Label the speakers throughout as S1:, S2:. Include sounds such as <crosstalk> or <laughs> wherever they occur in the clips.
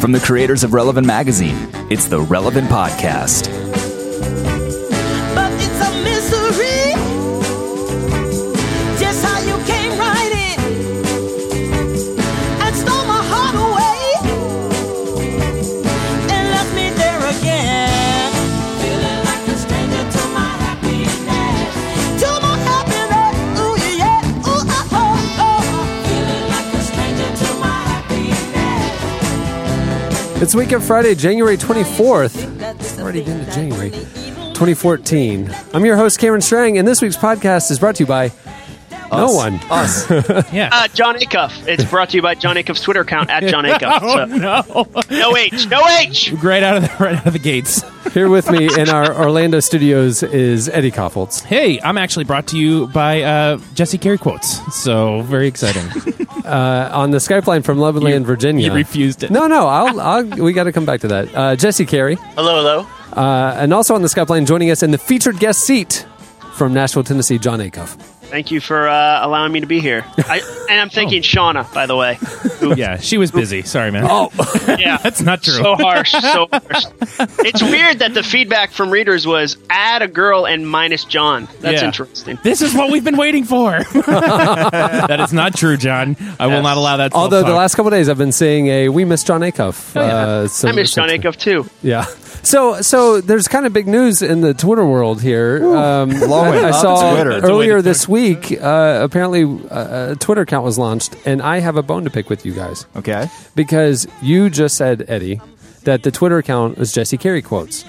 S1: From the creators of Relevant Magazine, it's the Relevant Podcast.
S2: But it's a mystery. Just how you came right in and stole my heart away and left me there again. Feeling like a stranger to my happiness. To my happiness. Ooh, yeah, yeah. Ooh, oh, oh, oh. Feeling like a stranger to my happiness.
S3: It's Weekend Friday, January 24th,
S2: Already
S3: been to January. 2014. I'm your host, Cameron Strang, and this week's podcast is brought to you by no one.
S1: Us.
S4: Uh, John Acuff. It's brought to you by John Acuff's Twitter account
S5: <laughs>
S4: at John Acuff.
S5: Oh,
S4: So, no. no H. No H.
S5: right out of the <laughs> right out of the gates.
S3: Here with me in our Orlando studios is Eddie Koffoltz.
S5: Hey, I'm actually brought to you by uh, Jesse Carey quotes. So very exciting.
S3: On the Skype line from Loveland,
S5: You-
S3: Virginia.
S5: you refused it.
S3: No, no, I'll, I'll, we got to come back to that. Uh, Jesse Carey,
S4: Hello, hello.
S3: uh, and also on the Skype line joining us in the featured guest seat from Nashville, Tennessee, John Acuff.
S4: Thank you for uh, allowing me to be here. I, and I'm thinking Shauna, by the way. Who-
S5: Oh. yeah, she was busy. Sorry, man. Oh,
S4: yeah.
S5: <laughs> that's not true.
S4: So harsh, so
S5: <laughs>
S4: harsh. It's weird that the feedback from readers was add a girl and minus John. That's
S5: Yeah.
S4: interesting.
S5: This is what we've been waiting for. that is not true, John. I will
S4: Yes.
S5: not allow that.
S3: Although the
S5: self-talk.
S3: last couple of days I've been seeing a "We miss John Acuff." uh, some-
S4: I miss John Acuff too.
S3: Yeah. So, so there's kind of big news in the Twitter world here. Um, I, I
S1: up
S3: saw
S1: Twitter.
S5: a way to
S3: earlier
S5: put
S3: this week. Uh, apparently, uh, a Twitter account was launched, and I have a bone to pick with you guys
S1: Okay.
S3: because you just said Eddie that the Twitter account was Jesse Carey quotes.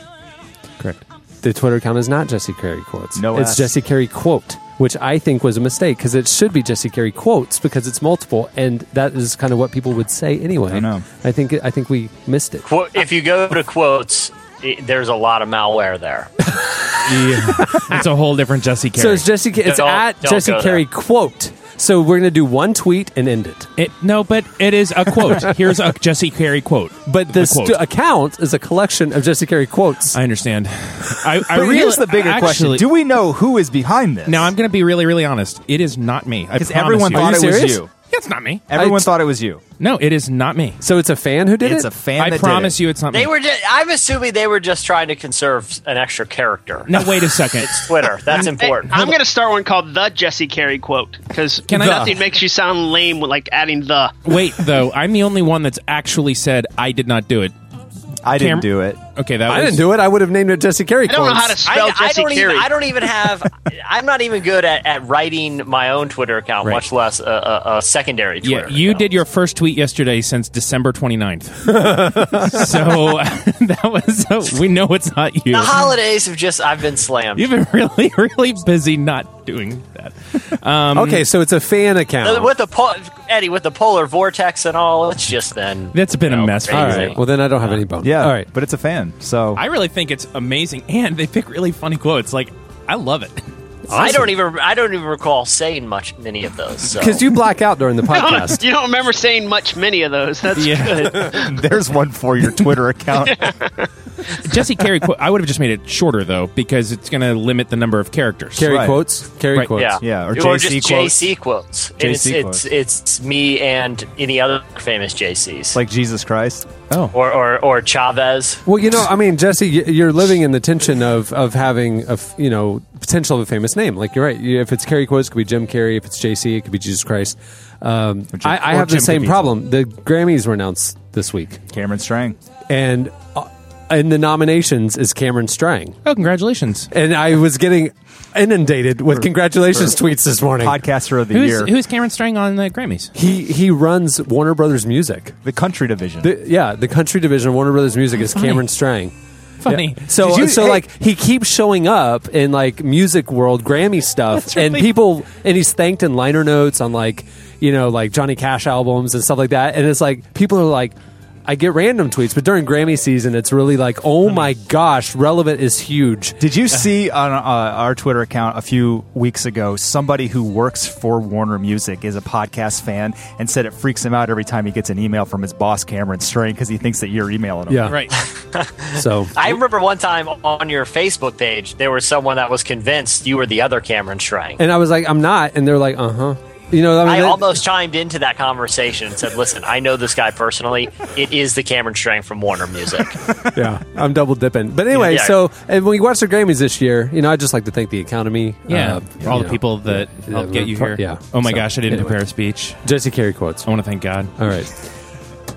S5: correct.
S3: The Twitter account is not Jesse Carey quotes.
S1: No
S3: it's
S1: S.
S3: Jesse Carey quote, which I think was a mistake because it should be Jesse Carey quotes because it's multiple, and that is kind of what people would say anyway.
S1: I know.
S3: I think I think we missed it.
S6: Qu- if you go to quotes, i there's a lot of malware there.
S5: <laughs> it's a whole different Jesse Carey.
S3: So it's Jesse. It's
S6: Don't-
S3: at
S6: don't
S3: Jesse
S6: go
S3: Carey quote. So we're gonna do one tweet and end it.
S5: It- no, but it is a quote. Here's a Jesse Carey quote.
S3: But this
S5: quote.
S3: st- account is a collection of Jesse Carey quotes.
S5: I understand. I, I
S7: But
S5: real-
S7: here's the bigger question:
S5: actually-
S7: Do we know who is behind this?
S5: now I'm going to be really, really honest. It is not me. Because
S7: because everyone
S3: Are
S7: thought
S3: you
S7: it
S3: serious?
S7: was you.
S5: it's not me.
S7: Everyone
S3: I-
S7: thought it was you.
S5: No, it is not me.
S3: so it's a fan who did
S7: It's
S3: it.
S7: a fan.
S5: I
S7: that
S5: promise
S7: did
S5: you, it's not
S6: They
S5: me.
S6: were just, I'm assuming they were just trying to conserve an extra character.
S5: no, wait a second. <laughs>
S6: Twitter, that's
S4: Hey,
S6: important.
S4: I'm going to start one called The Jesse Carey Quote because
S5: Can I-
S4: nothing makes you sound lame with like adding the.
S5: Wait, though, I'm the only one that's actually said I did not do it.
S7: you. I didn't
S5: Cam-
S7: do it.
S5: Okay, that
S3: I
S5: was,
S3: didn't do it. I would have named it Jesse Carey
S4: I don't
S3: quotes.
S4: know how to
S6: I,
S4: spell
S6: I
S4: Jesse
S6: don't
S4: Carey.
S6: even. I don't even have. I'm not even good at, at writing my own Twitter account,
S5: Right.
S6: much less a, a, a secondary
S5: Yeah,
S6: Twitter.
S5: you
S6: account.
S5: did your first tweet yesterday since December 29th. so <laughs> that was uh, we know it's not you.
S6: The holidays have just. I've been slammed.
S5: You've been really, really busy not doing that.
S3: okay, so it's a fan
S6: Uh,
S3: account.
S6: with the po- Eddie with the polar vortex and all, it's just been.
S5: That's been a
S6: No,
S5: mess. For
S3: All
S6: crazy.
S5: me.
S3: right. Well, then I don't have any bone.
S7: Yeah.
S3: All right.
S7: But it's a fan. <laughs> So
S5: I really think it's amazing, and they pick really funny quotes. Like I love it.
S6: I don't even. I don't even recall saying much many of those. So.
S3: Because you black out
S4: <laughs>
S3: during the podcast.
S4: You don't remember saying much many of those.
S5: <laughs>
S4: That's
S5: Yeah,
S7: there's one for your Twitter <laughs> account.
S5: Jesse Carey. Quote, I would have just made it shorter though, because it's going to limit the number of characters.
S3: Carey
S7: Right.
S3: quotes. Carey
S5: Right,
S3: quotes.
S6: Yeah,
S7: Yeah, or
S6: just
S7: JC quotes.
S6: JC quotes. And it's,
S7: JC
S6: it's it's me and any other famous JCs,
S7: like Jesus Christ.
S5: Oh,
S6: or or, or Chavez.
S3: Well, you know, I mean, Jesse, y- you're living in the tension of of having a f- you know potential of a famous name. Like you're right. You- If it's Carey quotes, it could be Jim Carrey. If it's JC, it could be Jesus Christ. Um,
S7: Or Jim-
S3: I, I
S7: or
S3: have the
S7: Jim
S3: same
S7: Caviezel.
S3: problem. The Grammys were announced this week,
S7: Cameron Strang.
S3: and uh, in the nominations is Cameron Strang.
S5: oh congratulations.
S3: And I was getting inundated with congratulations tweets this morning.
S7: Podcaster of the
S5: Who's,
S7: year.
S5: who's Cameron Strang on the Grammys?
S3: He he runs Warner Brothers Music.
S7: the country division.
S3: The, yeah, the country division of Warner Brothers Music is
S5: funny.
S3: Cameron Strang.
S5: Funny.
S3: So
S7: Did you-
S3: so
S7: hey-
S3: like he keeps showing up in like music world
S5: <laughs>
S3: Grammy stuff
S5: That's really-
S3: and people and he's thanked in liner notes on like you know like Johnny Cash albums and stuff like that and it's like people are like I get random tweets but during Grammy season it's really like oh my gosh relevant is huge.
S7: Did you see on uh, our Twitter account a few weeks ago somebody who works for Warner Music is a podcast fan and said it freaks him out every time he gets an email from his boss Cameron Strang because he thinks that you're emailing him.
S3: Yeah. <sighs>
S5: Right.
S3: So
S6: I remember one time on your Facebook page, there was someone that was convinced you were the other Cameron Strang.
S3: and I was like I'm not and they're like uh-huh. You know, I mean,
S6: I
S3: that-
S6: almost chimed into that conversation and said, "Listen, I know this guy personally. It is the Cameron Strang from Warner Music."
S3: <laughs> yeah, I'm double dipping. But anyway,
S6: Yeah.
S3: so and when you watch the Grammys this year, you know, I just like to thank the economy.
S5: Yeah,
S3: uh,
S5: for all
S3: you
S5: the
S3: know.
S5: people that
S3: Yeah,
S5: helped get you here.
S3: part- yeah.
S5: Oh my
S3: So,
S5: gosh, I didn't
S3: anyway.
S5: prepare a speech.
S3: Jesse Carey quotes.
S5: I want to thank God.
S3: All right.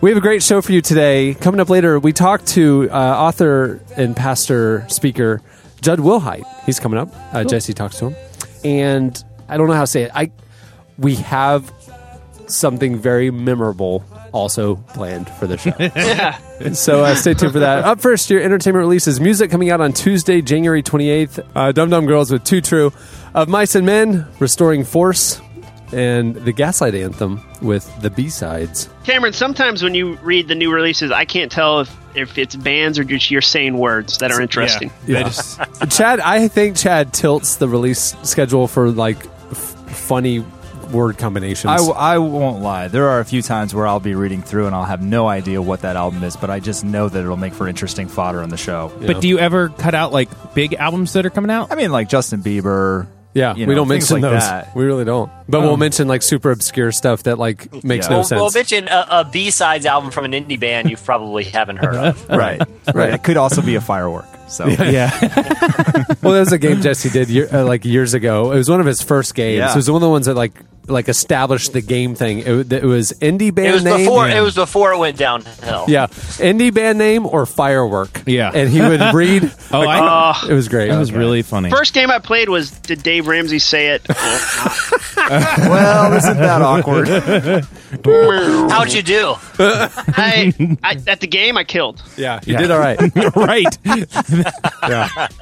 S3: We have a great show for you today. Coming up later, we talked to uh, author and pastor speaker Judd Wilhite. He's coming up. Uh, Jesse talks to him, and I don't know how to say it. I we have something very memorable also planned for the show. So uh, stay tuned for that. Up first, your entertainment releases music coming out on Tuesday, January 28th. Uh, Dum Dum Girls with Two True, Of Mice and Men, Restoring Force, and the Gaslight Anthem with the B sides.
S4: Cameron, sometimes when you read the new releases, I can't tell if, if it's bands or just you're saying words that are interesting.
S5: Yeah. They just-
S3: Chad, I think Chad tilts the release schedule for like f- funny word combinations.
S7: I, w- I won't lie. There are a few times where I'll be reading through and I'll have no idea what that album is, but I just know that it'll make for interesting fodder on the show.
S5: But do you ever cut out like big albums that are coming
S3: <laughs>
S5: out?
S7: I mean, like Justin Bieber.
S3: yeah,
S7: you
S3: we
S7: know,
S3: don't
S7: things
S3: mention
S7: like
S3: those. <laughs>
S7: that.
S3: We really don't. But we'll mention like super obscure stuff that like makes
S7: Yeah.
S3: no
S6: well,
S3: sense.
S6: well, bitchin', a, a B sides album from an indie band you probably haven't
S7: <laughs>
S6: heard of.
S7: Right, right. It could also be a firework. So
S3: <laughs>
S5: Yeah,
S3: Well, that was a game Jesse did year, uh, like years ago. It was one of his first games.
S7: Yeah.
S3: It was one of the ones that like like established the game thing. It, w- it was indie band
S6: It was
S3: name.
S6: before. It was before it went downhill.
S3: yeah, indie band name or firework.
S5: Yeah.
S3: and he would read.
S5: <laughs> Oh, I- <laughs>
S3: it was great.
S5: it was really funny.
S4: First game I played was Did Dave Ramsey
S5: <laughs>
S4: Say It?
S7: Well, Oh, isn't that
S3: <laughs>
S7: awkward?
S6: How'd you do?
S4: I, I, at the game, I killed.
S3: yeah, he
S5: Yeah.
S3: did all <laughs> right.
S5: <laughs> right.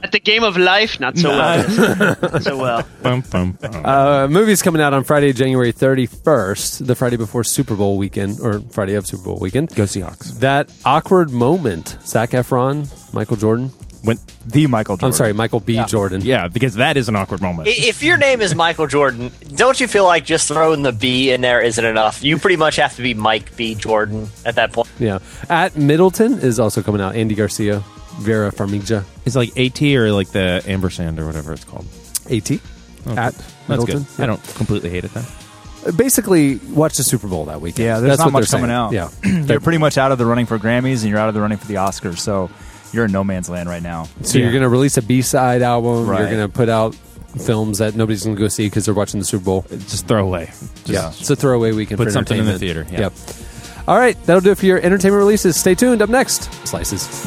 S4: At the game of life, not so well. Not so
S5: <laughs>
S4: well.
S5: Bum, bum, bum.
S3: Uh, movie's coming out on Friday, January 31st, the Friday before Super Bowl weekend, or Friday of Super Bowl weekend.
S5: Go Seahawks.
S3: That awkward moment, Zach Efron, Michael Jordan.
S5: When,
S7: the Michael. Jordan.
S3: I'm sorry, Michael B. Jordan.
S5: yeah, because that is an awkward moment.
S6: I- If your name is Michael Jordan, don't you feel like just throwing the B in there isn't enough? You pretty much have to be Mike B. Jordan at that point.
S3: Yeah. At Middleton is also coming out. Andy Garcia, Vera Farmiga,
S5: It's like AT or like the ampersand or whatever it's called.
S3: AT. At
S5: That's
S3: Middleton.
S5: good. I don't completely hate it then.
S3: Basically, watch the Super Bowl that weekend.
S7: Yeah, there's
S3: That's
S7: not
S3: what
S7: much
S3: they're
S7: coming out. <clears throat>
S3: saying. Yeah.
S7: You're pretty much out of the running for Grammys, and you're out of the running for the Oscars. So you're in no man's land right now.
S3: so you're going to release a B side album. You're
S7: Right.
S3: going to put out films that nobody's going to go see because they're watching the Super Bowl.
S5: Just throw away. Just-
S3: yeah, it's a throwaway weekend.
S5: Put
S3: for
S5: something in the
S3: entertainment.
S5: theater, yeah.
S3: Yep. All right, that'll do it for your entertainment releases. Stay tuned. Up next, slices.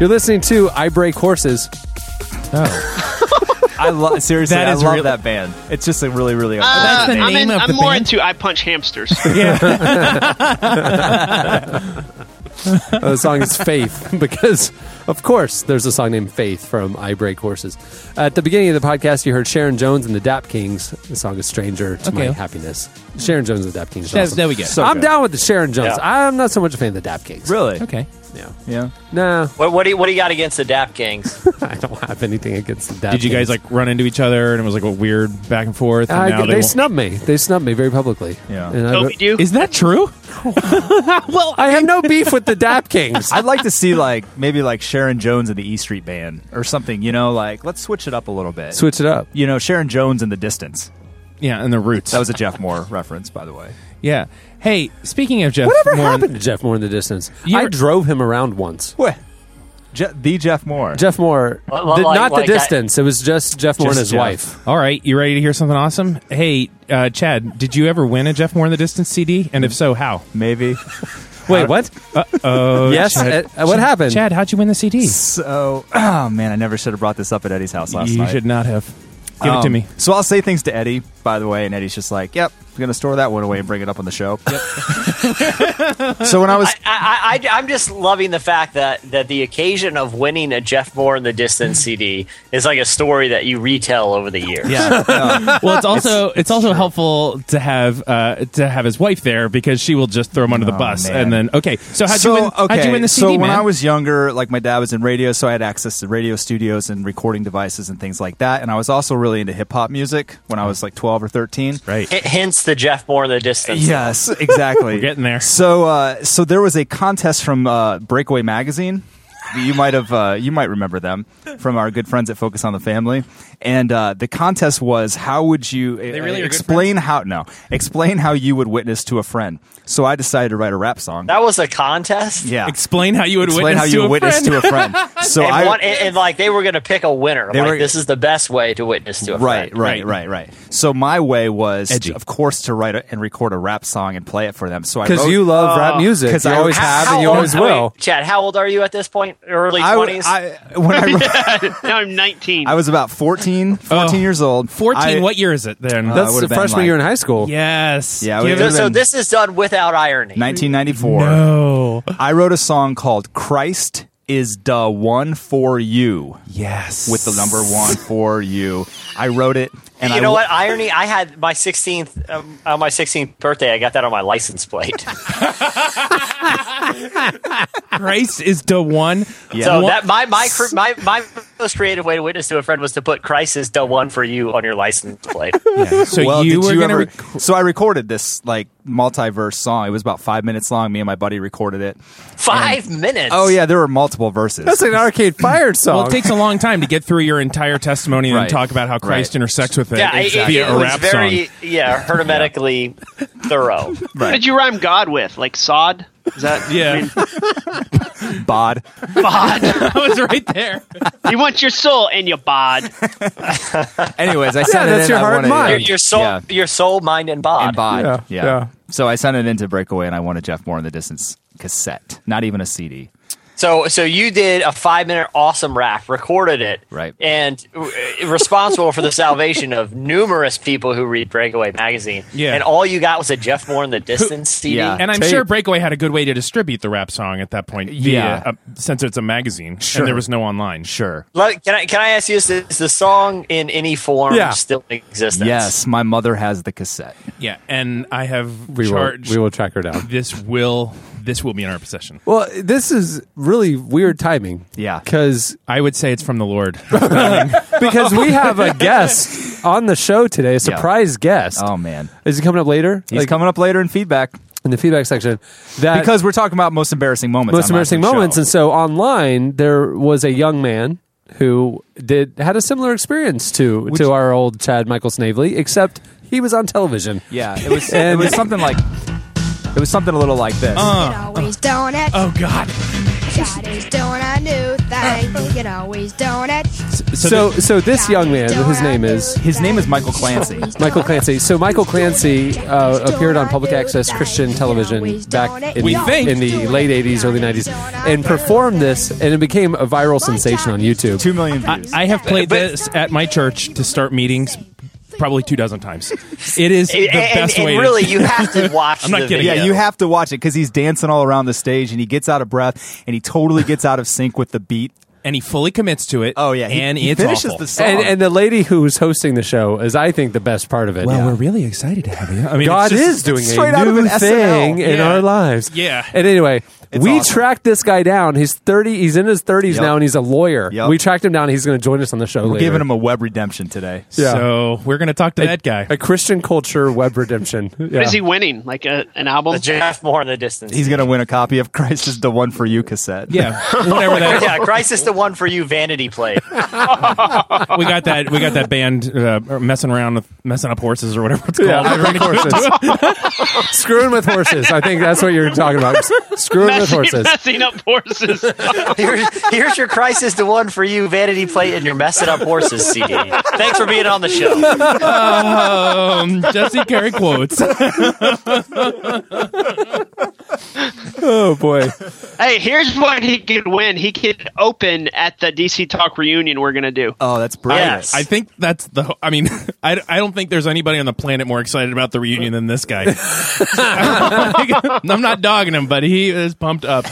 S3: You're listening to I Break Horses.
S7: I
S3: <laughs>
S7: lo- seriously,
S5: That
S7: I
S5: is
S7: love
S5: real-
S7: that band. It's just a really, really.
S4: Uh,
S5: Ah, the
S4: I'm,
S5: name
S4: in,
S5: of
S4: I'm
S5: the
S4: more
S5: band?
S4: into I Punch
S5: <laughs>
S4: Hamsters.
S3: Uh,
S5: <laughs>
S3: the song is Faith because, of course, there's a song named Faith from I Break Horses. At the beginning of the podcast, you heard Sharon Jones and the Dap Kings. The song is Stranger to My
S5: Okay.
S3: Happiness. Sharon Jones and the Dap Kings. is
S5: That-
S3: awesome.
S5: that we get. So
S3: I'm
S7: good.
S3: down with the Sharon Jones.
S6: Yeah.
S3: I'm not so much a fan of the Dap Kings.
S7: really?
S5: Okay.
S3: Yeah.
S7: Yeah.
S3: No, <laughs>
S6: What, what do you, what do you got against the Dap Kings?
S3: I don't have anything against the Dap
S5: Did you guys
S3: Kings.
S5: like run into each other and it was like a weird back and forth? And
S3: I-
S5: now
S3: they,
S5: won't-
S3: snubbed me. They snubbed me very publicly.
S7: Yeah.
S3: And I-
S4: Toby do.
S5: Is that true? well,
S3: I have no beef with the Dap Kings.
S7: I'd like to see like maybe like Sharon Jones and the E Street Band or something. You know, like let's switch it up a little bit.
S3: Switch it up.
S7: you know, Sharon Jones in the distance.
S5: yeah, and the roots.
S7: That was a Jeff <laughs> Moore reference, by the way.
S5: yeah. Hey, speaking of Jeff,
S3: Whatever
S5: Moore-
S3: happened to Jeff Moore in the distance?
S5: You
S3: I
S5: were-
S3: drove him around once.
S7: What? Je- the Jeff Moore.
S3: Jeff Moore,
S6: Well, well,
S3: the-
S6: like-
S3: not
S6: like
S3: the
S6: I-
S3: distance. it was just Jeff Moore
S7: Just
S3: and his
S7: Jeff.
S3: wife.
S5: All right, you ready to hear something awesome? Hey, uh, Chad, did you ever win a Jeff Moore in the Distance CD? And if so, how?
S7: Maybe.
S3: Wait, what?
S5: Oh,
S3: Yes.
S5: Chad,
S3: uh, what happened?
S5: Chad, how'd you win the CD?
S7: So, <clears throat> oh man, I never should have brought this up at Eddie's house last
S5: you
S7: night.
S5: should not have. Give it to
S7: Um,
S5: me.
S7: So I'll say things to Eddie, by the way. And Eddie's just like, yep, I'm going to store that one away and bring it up on the show. <laughs> so when I was.
S6: I, I, I, I'm just loving the fact that, that the occasion of winning a Jeff Moore in the Distance CD is like a story that you retell over the years.
S7: Mm-hmm. yeah. no.
S5: Well, it's also it's, also helpful to have uh, to have his wife there because she will just throw him under the
S7: Oh,
S5: bus
S7: man.
S5: and then okay. So how'd you win? How'd you win the CD,
S7: so when
S5: man?
S7: I was younger, like my dad was in radio, so I had access to radio studios and recording devices and things like that. And I was also really into hip hop music when
S5: Mm.
S7: I was like twelve or thirteen.
S5: right.
S6: H- hence the Jeff Moore in the Distance.
S7: Yes,
S5: <laughs>
S7: exactly. We're
S5: getting there.
S7: So, uh, so there was a contest from uh, Breakaway Magazine. You might have, uh, you might remember them from our good friends at Focus on the Family. And uh, the contest was how would you they
S5: really are good
S7: explain how no explain how you would witness to a friend. So I decided to write a rap song.
S6: That was a contest?
S7: yeah,
S5: Explain how you would
S7: explain
S5: witness
S7: how
S5: to
S7: you
S5: a
S7: would witness
S5: friend.
S7: to a
S5: <laughs>
S7: friend. <laughs> So
S6: and,
S7: I
S6: one- and- and, like they were going to pick a winner.
S7: They
S6: Like
S7: were-
S6: this is the best way to witness to a
S7: Right,
S6: friend.
S7: right, right, right. So my way was,
S5: Edgy.
S7: of course, to write a, and record a rap song and play it for them. So I
S3: Because
S7: wrote-
S3: you love rap
S7: Oh.
S3: music.
S7: 'Cause
S3: You
S7: I-
S3: always
S7: how-
S3: have and
S6: How
S3: you
S6: old-
S3: always
S6: I mean,
S3: will.
S6: Chad, how old are you at this point? Early
S7: I, w-
S6: 20s?
S7: I- when I, wrote-
S4: <laughs> now I'm 19.
S7: I was about <laughs> 14, 14
S5: Oh.
S7: years old.
S5: 14
S7: I-
S5: what year is it then
S7: Uh,
S3: That's
S7: would've
S3: the
S7: been
S3: freshman
S7: like-
S3: year in high school.
S5: yes
S7: Yeah,
S5: Give
S7: we-
S5: it-
S6: so, so
S7: been-
S6: this is done without irony.
S7: 1994.
S5: no
S7: I wrote a song called Christ is the one for you
S5: yes
S7: <laughs> with the number one for you. I wrote it and
S6: you
S7: I
S6: know
S7: wa-
S6: what? Irony. I had my 16th um, on my 16th birthday. I got that on my license plate.
S5: Christ is the one
S7: <laughs> Yeah.
S6: So
S5: One-
S6: that my my cr- my my most creative way to witness to a friend was to put Christ is the one for you on your license
S7: <laughs>
S6: plate.
S3: <laughs>
S5: Yeah. so
S7: well,
S5: you
S7: did
S5: were
S7: you
S5: gonna
S7: ever?
S5: rec-
S7: so I recorded this like multiverse song. It was about five minutes long. Me and my buddy recorded it.
S6: Five minutes.
S7: Oh yeah, there were multiple verses.
S3: That's like an arcade fire song.
S5: well, it takes a long time to get through your entire testimony and
S7: Right.
S5: then talk about how Christ
S7: Right.
S5: intersects with it
S6: Yeah, it- it,
S5: via
S6: it
S5: a
S6: was
S5: rap
S6: very
S5: song. <laughs>
S6: yeah hermetically thorough.
S4: What did you rhyme God with? Like sod? Is that I
S5: Yeah,
S4: mean,
S7: bod.
S4: bod?
S5: I was right there.
S4: you want your soul and your
S3: <laughs>
S4: bod.
S7: Anyways, I sent it
S3: that's
S7: in.
S3: your
S7: I
S3: heart
S7: wanted
S3: and
S7: it.
S3: mind.
S6: Your, your
S7: <laughs>
S6: soul,
S7: Yeah.
S6: your soul, mind, and body.
S7: and bod.
S3: Yeah,
S7: Yeah,
S3: yeah.
S7: So I sent it into Breakaway, and I wanted Jeff Moore in the Distance cassette, not even a CD.
S6: So, so you did a five-minute awesome rap, recorded it,
S7: Right.
S6: and uh, responsible for the salvation of numerous people who read Breakaway magazine.
S5: Yeah.
S6: and all you got was a Jeff Moore in the Distance CD.
S7: Yeah.
S5: And I'm
S7: Tape.
S5: sure Breakaway had a good way to distribute the rap song at that point. via-
S7: Yeah.
S5: uh, since it's a magazine
S7: Sure.
S5: and there was no online.
S7: Sure.
S6: Let- can I can I ask you this? Is the song in any form
S3: Yeah.
S6: still in existence?
S7: Yes, my mother has the cassette.
S5: Yeah, and I have
S3: we will,
S5: charged.
S3: we will track her down.
S5: This will this will be in our possession.
S3: Well, this is really weird timing.
S7: Yeah. <laughs>
S3: Because
S5: I would say it's from the <laughs> Lord.
S3: because we have a guest on the show today, a surprise guest.
S7: Oh man,
S3: Is he coming up later?
S7: he's
S3: Like,
S7: coming up later in feedback
S3: in the feedback section. That
S7: because we're talking about most embarrassing moments.
S3: most
S7: on Michael's
S3: embarrassing moments,
S7: show.
S3: and so online there was a young man who did had a similar experience to to our old Chad Michael Snavely, except he was on television.
S7: yeah, it
S3: <laughs>
S7: was. it was something like. It was something a little like this.
S3: Uh,
S8: It always doing it.
S5: oh God!
S8: God is doing a new
S5: <laughs>
S8: thing. It always doing it.
S3: So so this young man, his name is
S7: His name is Michael Clancy.
S3: Michael Clancy. So Michael Clancy uh, appeared on public access Christian television back in,
S5: We
S3: the-
S5: think.
S3: in the late 80s, early 90s, and performed this, and it became a viral sensation on YouTube.
S7: Two million views.
S5: I have played this at my church to start meetings, probably two dozen <laughs> times. It is the
S6: And, and-
S5: best
S6: and
S5: way. <laughs>
S6: really,
S5: to,
S6: you have to watch.
S5: I'm not
S6: the
S5: kidding.
S6: video.
S7: yeah, you have to watch it because he's dancing all around the stage and he gets out of breath and he totally gets out of sync with the beat.
S5: and he fully commits to it.
S7: Oh yeah, he,
S5: and
S7: he
S5: it's
S7: finishes
S5: awful.
S7: the song.
S3: And, and the lady who was hosting the show is, I think, the best part of it.
S5: well, we're really excited to have you. I mean,
S3: God
S5: it's just-
S3: is doing
S7: straight
S3: a
S7: out of
S3: new
S7: an SNL.
S3: thing in
S5: Yeah.
S3: our lives.
S5: Yeah.
S3: And anyway,
S7: It's
S3: we
S7: awesome.
S3: tracked this guy down. He's thirty. He's in his thirties
S7: Yep.
S3: now, and he's a lawyer.
S7: Yep.
S3: We tracked him down. He's going to join us on the show.
S7: We're giving him a web redemption today.
S3: Yeah.
S5: So we're gonna talk to that guy.
S3: a Christian culture web
S5: <laughs>
S3: redemption. Yeah.
S4: What is he winning? Like a, an album?
S6: The Jeff Moore in the Distance.
S7: He's gonna win a copy of <laughs> Christ is the one for you cassette.
S5: <laughs> yeah, whatever that.
S6: <laughs> yeah, Christ is the one for you. Vanity plate.
S5: We got that. We got that band uh, messing around with messing up horses or whatever it's called.
S3: Yeah, I think horses. <laughs> Screwing with horses. I think that's what you're talking about. S- Screwing with
S4: Messing,
S3: horses.
S4: messing up horses.
S6: Here's, here's your Christ is the one for you. Vanity plate and your messing up horses CD. Thanks for being on the show.
S5: um,
S3: <laughs>
S5: Jesse Carey quotes.
S3: Oh boy.
S4: Hey, here's what he could win. He could open at the DC Talk reunion we're gonna do.
S7: Oh, that's brilliant.
S6: Yes.
S5: I think that's the. I mean, <laughs> I, I don't think there's anybody on the planet more excited about the reunion than this guy. <laughs> I'm not dogging him, but he is pumped up.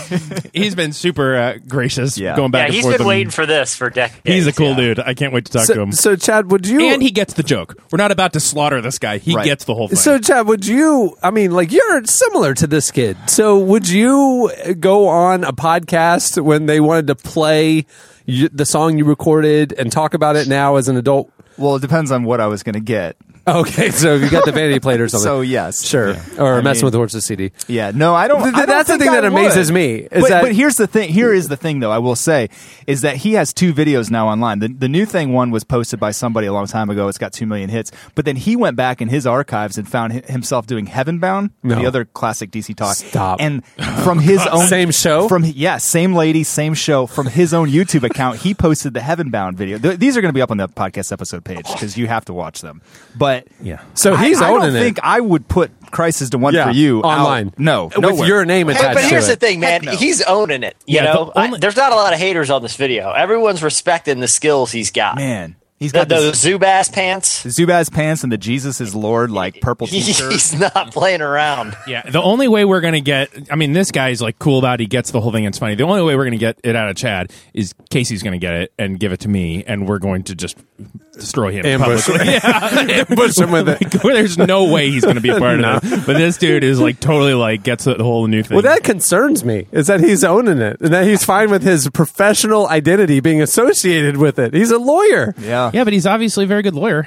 S5: He's been super uh, gracious
S7: Yeah.
S5: going back
S6: yeah,
S5: and
S6: he's
S5: forth.
S6: been
S5: with
S6: waiting
S5: him.
S6: for this for decades.
S5: He's a cool
S6: yeah.
S5: dude. I can't wait to talk to
S3: So,
S5: him.
S3: so Chad, would you?
S5: and he gets the joke. We're not about to slaughter this guy. He
S7: Right.
S5: gets the whole thing.
S3: so Chad, would you? I mean, like you're similar to this kid. So would you go on a podcast when they wanted to play y the song you recorded and talk about it now as an adult? <laughs>
S7: Well, it depends on what I was going to get.
S3: Okay, so if you got the vanity plate <laughs> or something.
S7: So, yes.
S3: sure.
S7: Yeah.
S3: Or
S7: I
S3: messing
S7: mean-
S3: with horses CD.
S7: Yeah, no, I don't.
S3: Th- th-
S7: I don't
S3: that's the
S7: think
S3: thing
S7: I
S3: that amazes
S7: would.
S3: me, is
S7: but,
S3: that-
S7: but here's the thing. Here is the thing, though. I will say is that he has two videos now online. The, the new thing one was posted by somebody a long time ago. It's got two million hits. But then he went back in his archives and found hi- himself doing Heavenbound,
S3: No.
S7: the other classic DC talk.
S3: Stop.
S7: And from his
S3: <laughs>
S7: own
S3: Same show?
S7: From yeah, same lady, same show. From his own YouTube account, he posted the Heavenbound video. Th- these are going to be up on the podcast episode page because you have to watch them. But
S5: Yeah.
S3: So
S7: I-
S3: he's
S7: I,
S3: owning
S7: don't
S3: it.
S7: think I would put Crisis to One for You out-
S3: online.
S7: No,
S3: with
S7: nowhere.
S3: your name
S6: Hey,
S3: attached
S6: but here's
S3: to
S6: the
S3: it.
S6: thing, man. He's owning it. You
S5: Yeah, the
S6: know, I-
S5: only-
S6: there's not a lot of haters on this video. Everyone's respecting the skills he's got.
S7: Man, he's
S6: the,
S7: got
S6: those
S7: those
S6: Zubaz pants.
S7: Zubaz pants and the Jesus is Lord like <laughs> purple
S6: <laughs>
S7: t-shirt.
S6: He's not
S5: <laughs>
S6: playing around.
S5: Yeah, the only way we're gonna get, I mean, this guy's like cool about it, he gets the whole thing. It's funny. The only way we're gonna get it out of Chad is Casey's gonna get it and give it to me, and we're going to just destroy him.
S3: Ambush. <laughs>
S5: publicly. Yeah,
S3: Ambush him with it.
S5: Like, <laughs> there's no way he's gonna be a part of this. But this dude is like totally like gets the whole new thing.
S3: Well, that concerns me is that he's owning it and that he's fine with his professional identity being associated with it. He's a lawyer.
S7: Yeah.
S5: yeah, but he's obviously a very good lawyer.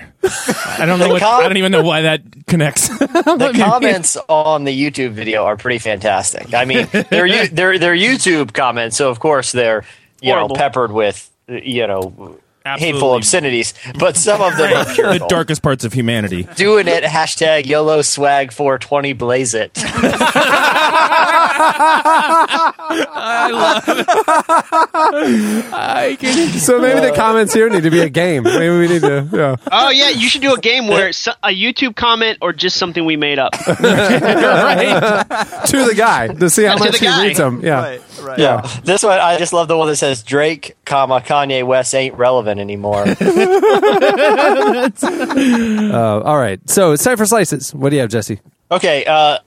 S5: I don't know. What,
S6: com-
S5: I don't even know why that
S3: <laughs>
S5: connects. <laughs>
S6: The comments on the YouTube video are pretty fantastic.
S5: <laughs>
S6: I mean, they're you- they're they're YouTube comments, so of course they're you
S4: Horrible.
S6: know peppered with you know hateful
S5: Absolutely.
S6: obscenities, but some
S5: <laughs>
S6: of them are
S5: <laughs>
S6: pure
S5: the darkest parts of humanity.
S6: doing it hashtag YOLO swag 420 blaze it.
S3: So maybe the comments here need to be a game. Maybe we need to. Yeah.
S4: Oh yeah, you should do a game where it's a YouTube comment or just something we made up.
S3: to the guy to see how
S4: To
S3: much
S4: the
S3: he
S4: guy.
S3: reads them. Yeah.
S7: Right, right.
S6: Yeah. This one I just love the one that says Drake, comma Kanye West ain't relevant <laughs> anymore.
S3: Uh, all right. So cipher slices. What do you have, Jesse?
S6: Okay, uh,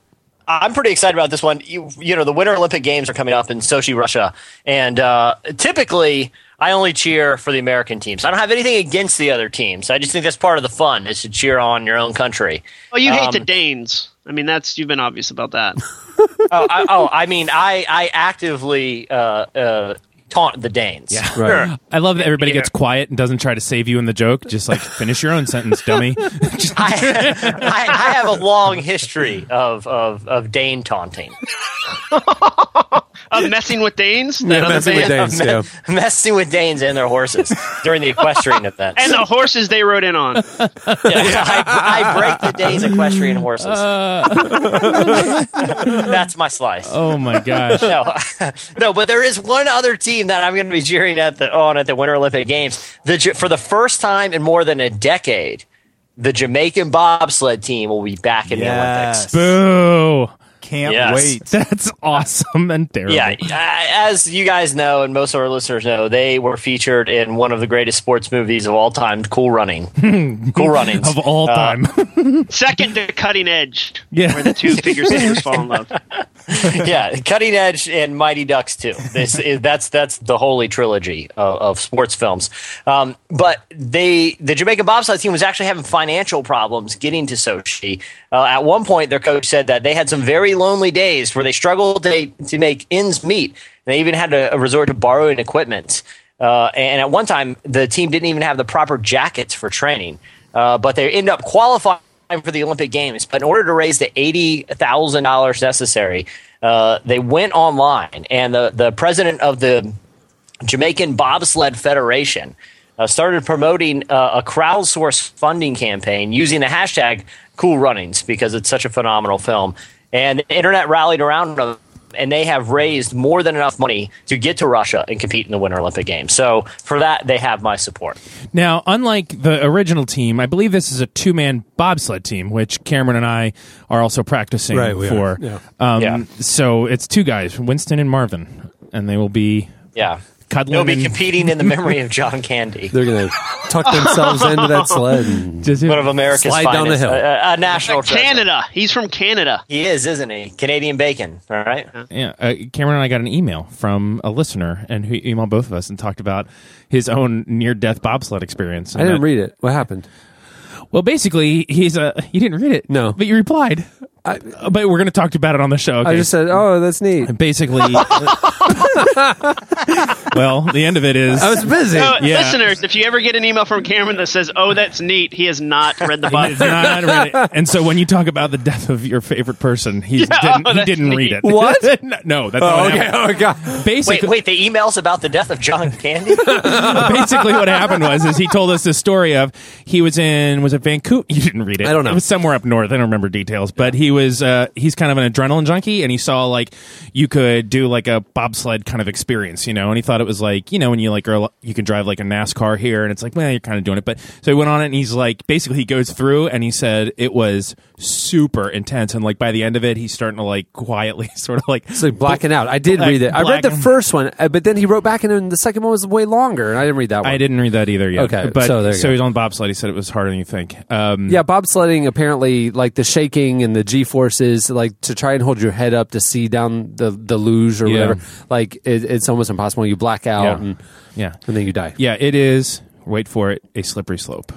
S6: I'm pretty excited about this one. You, you know, the Winter Olympic Games are coming up in Sochi, Russia, and uh, typically I only cheer for the American teams. I don't have anything against the other teams. I just think that's part of the fun is to cheer on your own country.
S4: Oh, you hate
S6: Um,
S4: the Danes. I mean, that's you've been obvious about that.
S6: oh, I, oh, I mean, I I actively uh, uh, taunt the Danes. Yeah.
S3: Right.
S5: I love that everybody gets quiet and doesn't try to save you in the joke. Just like finish your own sentence, <laughs> dummy. Just-
S6: <laughs> I, I, I have a long history of, of, of Dane taunting.
S4: Of messing with Danes, that other
S3: messing with
S4: band.
S3: Danes. Yeah.
S6: <laughs> Messing with Danes and their horses during the equestrian events.
S4: and the horses they rode in on.
S6: I, I break the day's equestrian horses. <laughs> That's my slice.
S5: oh my gosh.
S6: No, <laughs> no, but there is one other team that I'm going to be cheering at the on at the Winter Olympic Games. The Ja- for the first time in more than a decade, the Jamaican bobsled team will be back in
S7: Yes.
S6: the Olympics.
S5: Boo.
S7: Can't
S6: Yes.
S7: wait.
S5: <laughs>
S7: Oh,
S5: That's awesome and terrible.
S6: Yeah, uh, as you guys know, and most of our listeners know, they were featured in one of the greatest sports movies of all time, Cool Running. cool Running
S5: Of all time. <laughs>
S4: Second to Cutting Edge,
S5: Yeah.
S4: where the two figure skaters fall in love.
S6: <laughs> yeah, Cutting Edge and Mighty Ducks too. This is, that's that's the holy trilogy of, of sports films. Um, but they the Jamaican bobsled team was actually having financial problems getting to Sochi. Uh, at one point, their coach said that they had some very lonely days where they struggled to, to make ends meet. They even had to resort to borrowing equipment. Uh, and at one time, the team didn't even have the proper jackets for training. Uh, but they end up qualifying time for the Olympic Games, but in order to raise the eighty thousand dollars necessary, uh, they went online, and the the president of the Jamaican Bobsled Federation uh, started promoting uh, a crowdsource funding campaign using the hashtag Cool Runnings because it's such a phenomenal film, and the internet rallied around them. And they have raised more than enough money to get to Russia and compete in the Winter Olympic Games. So for that, they have my support.
S5: Now, unlike the original team, I believe this is a two man bobsled team, which Cameron and I are also practicing
S3: Right, we
S5: for.
S3: are. Yeah.
S5: Um,
S6: Yeah.
S5: So it's two guys, Winston and Marvin. and they will be
S6: Yeah.
S5: cuddling.
S6: They'll be
S5: and- <laughs>
S6: competing in the memory of John Candy.
S3: They're gonna tuck themselves into that sled.
S5: <laughs>
S3: And
S5: Just-
S6: One of America's
S3: Slide down the
S6: finest,
S3: hill.
S6: A, a- a national treasure.
S4: Canada. He's from Canada.
S6: He is, isn't he? Canadian bacon. All right.
S5: Yeah, uh, Cameron and I got an email from a listener, and who emailed both of us and talked about his own near-death bobsled experience. uh,
S3: I didn't read it. What happened?
S5: Well, basically, he's a you didn't read it,
S3: No.
S5: but you replied. Uh, but we're going to talk about it on the show.
S3: I
S5: okay?
S3: just said, "Oh, that's neat."
S5: basically. <laughs> well, the end of it is
S3: I was busy.
S4: So,
S5: Yeah.
S4: Uh, listeners, if you ever get an email from Cameron that says, "Oh, that's neat," he has not read the
S5: But <laughs> it's
S4: Bible.
S5: not read it. And so when you talk about the death of your favorite
S3: <laughs>
S5: person, he didn't, he
S4: that's
S5: didn't read it.
S3: What?
S5: <laughs> no, that's
S3: Oh,
S5: not
S3: okay. Oh, God.
S6: Wait,
S5: Basically,
S6: wait. The emails about the death of John
S3: <laughs>
S6: Candy.
S5: basically what happened was is he told us the story of he was in was it Vancouver? <laughs> You didn't read it.
S3: I don't know.
S5: It was somewhere up north. I don't remember details, but he was uh, he's kind of an adrenaline junkie, and he saw like you could do like a bobsled kind of experience, you know, and he thought it was like you know when you like are, you can drive like a NASCAR here, and it's like well you're kind of doing it, but so he went on it, and he's like basically he goes through, and he said it was super intense, and like by the end of it he's starting to like quietly <laughs> sort of like
S3: It's like blacking out. I did
S5: Black-
S3: read it. I read the
S5: black-
S3: first one, uh, but then he wrote back, and then the second one was way longer, and I didn't read that one.
S5: I didn't read that either yet.
S3: Okay,
S5: but
S3: so there you go.
S5: he's on bobsled. He said it was harder than you think. Um,
S3: Yeah, bobsledding apparently like the shaking and the g forces, like to try and hold your head up to see down the, the luge or
S5: Yeah.
S3: whatever. Like it, it's almost impossible. You black out
S5: Yeah.
S3: and,
S5: yeah,
S3: and then you die.
S5: yeah. It is. Wait for it. A slippery slope.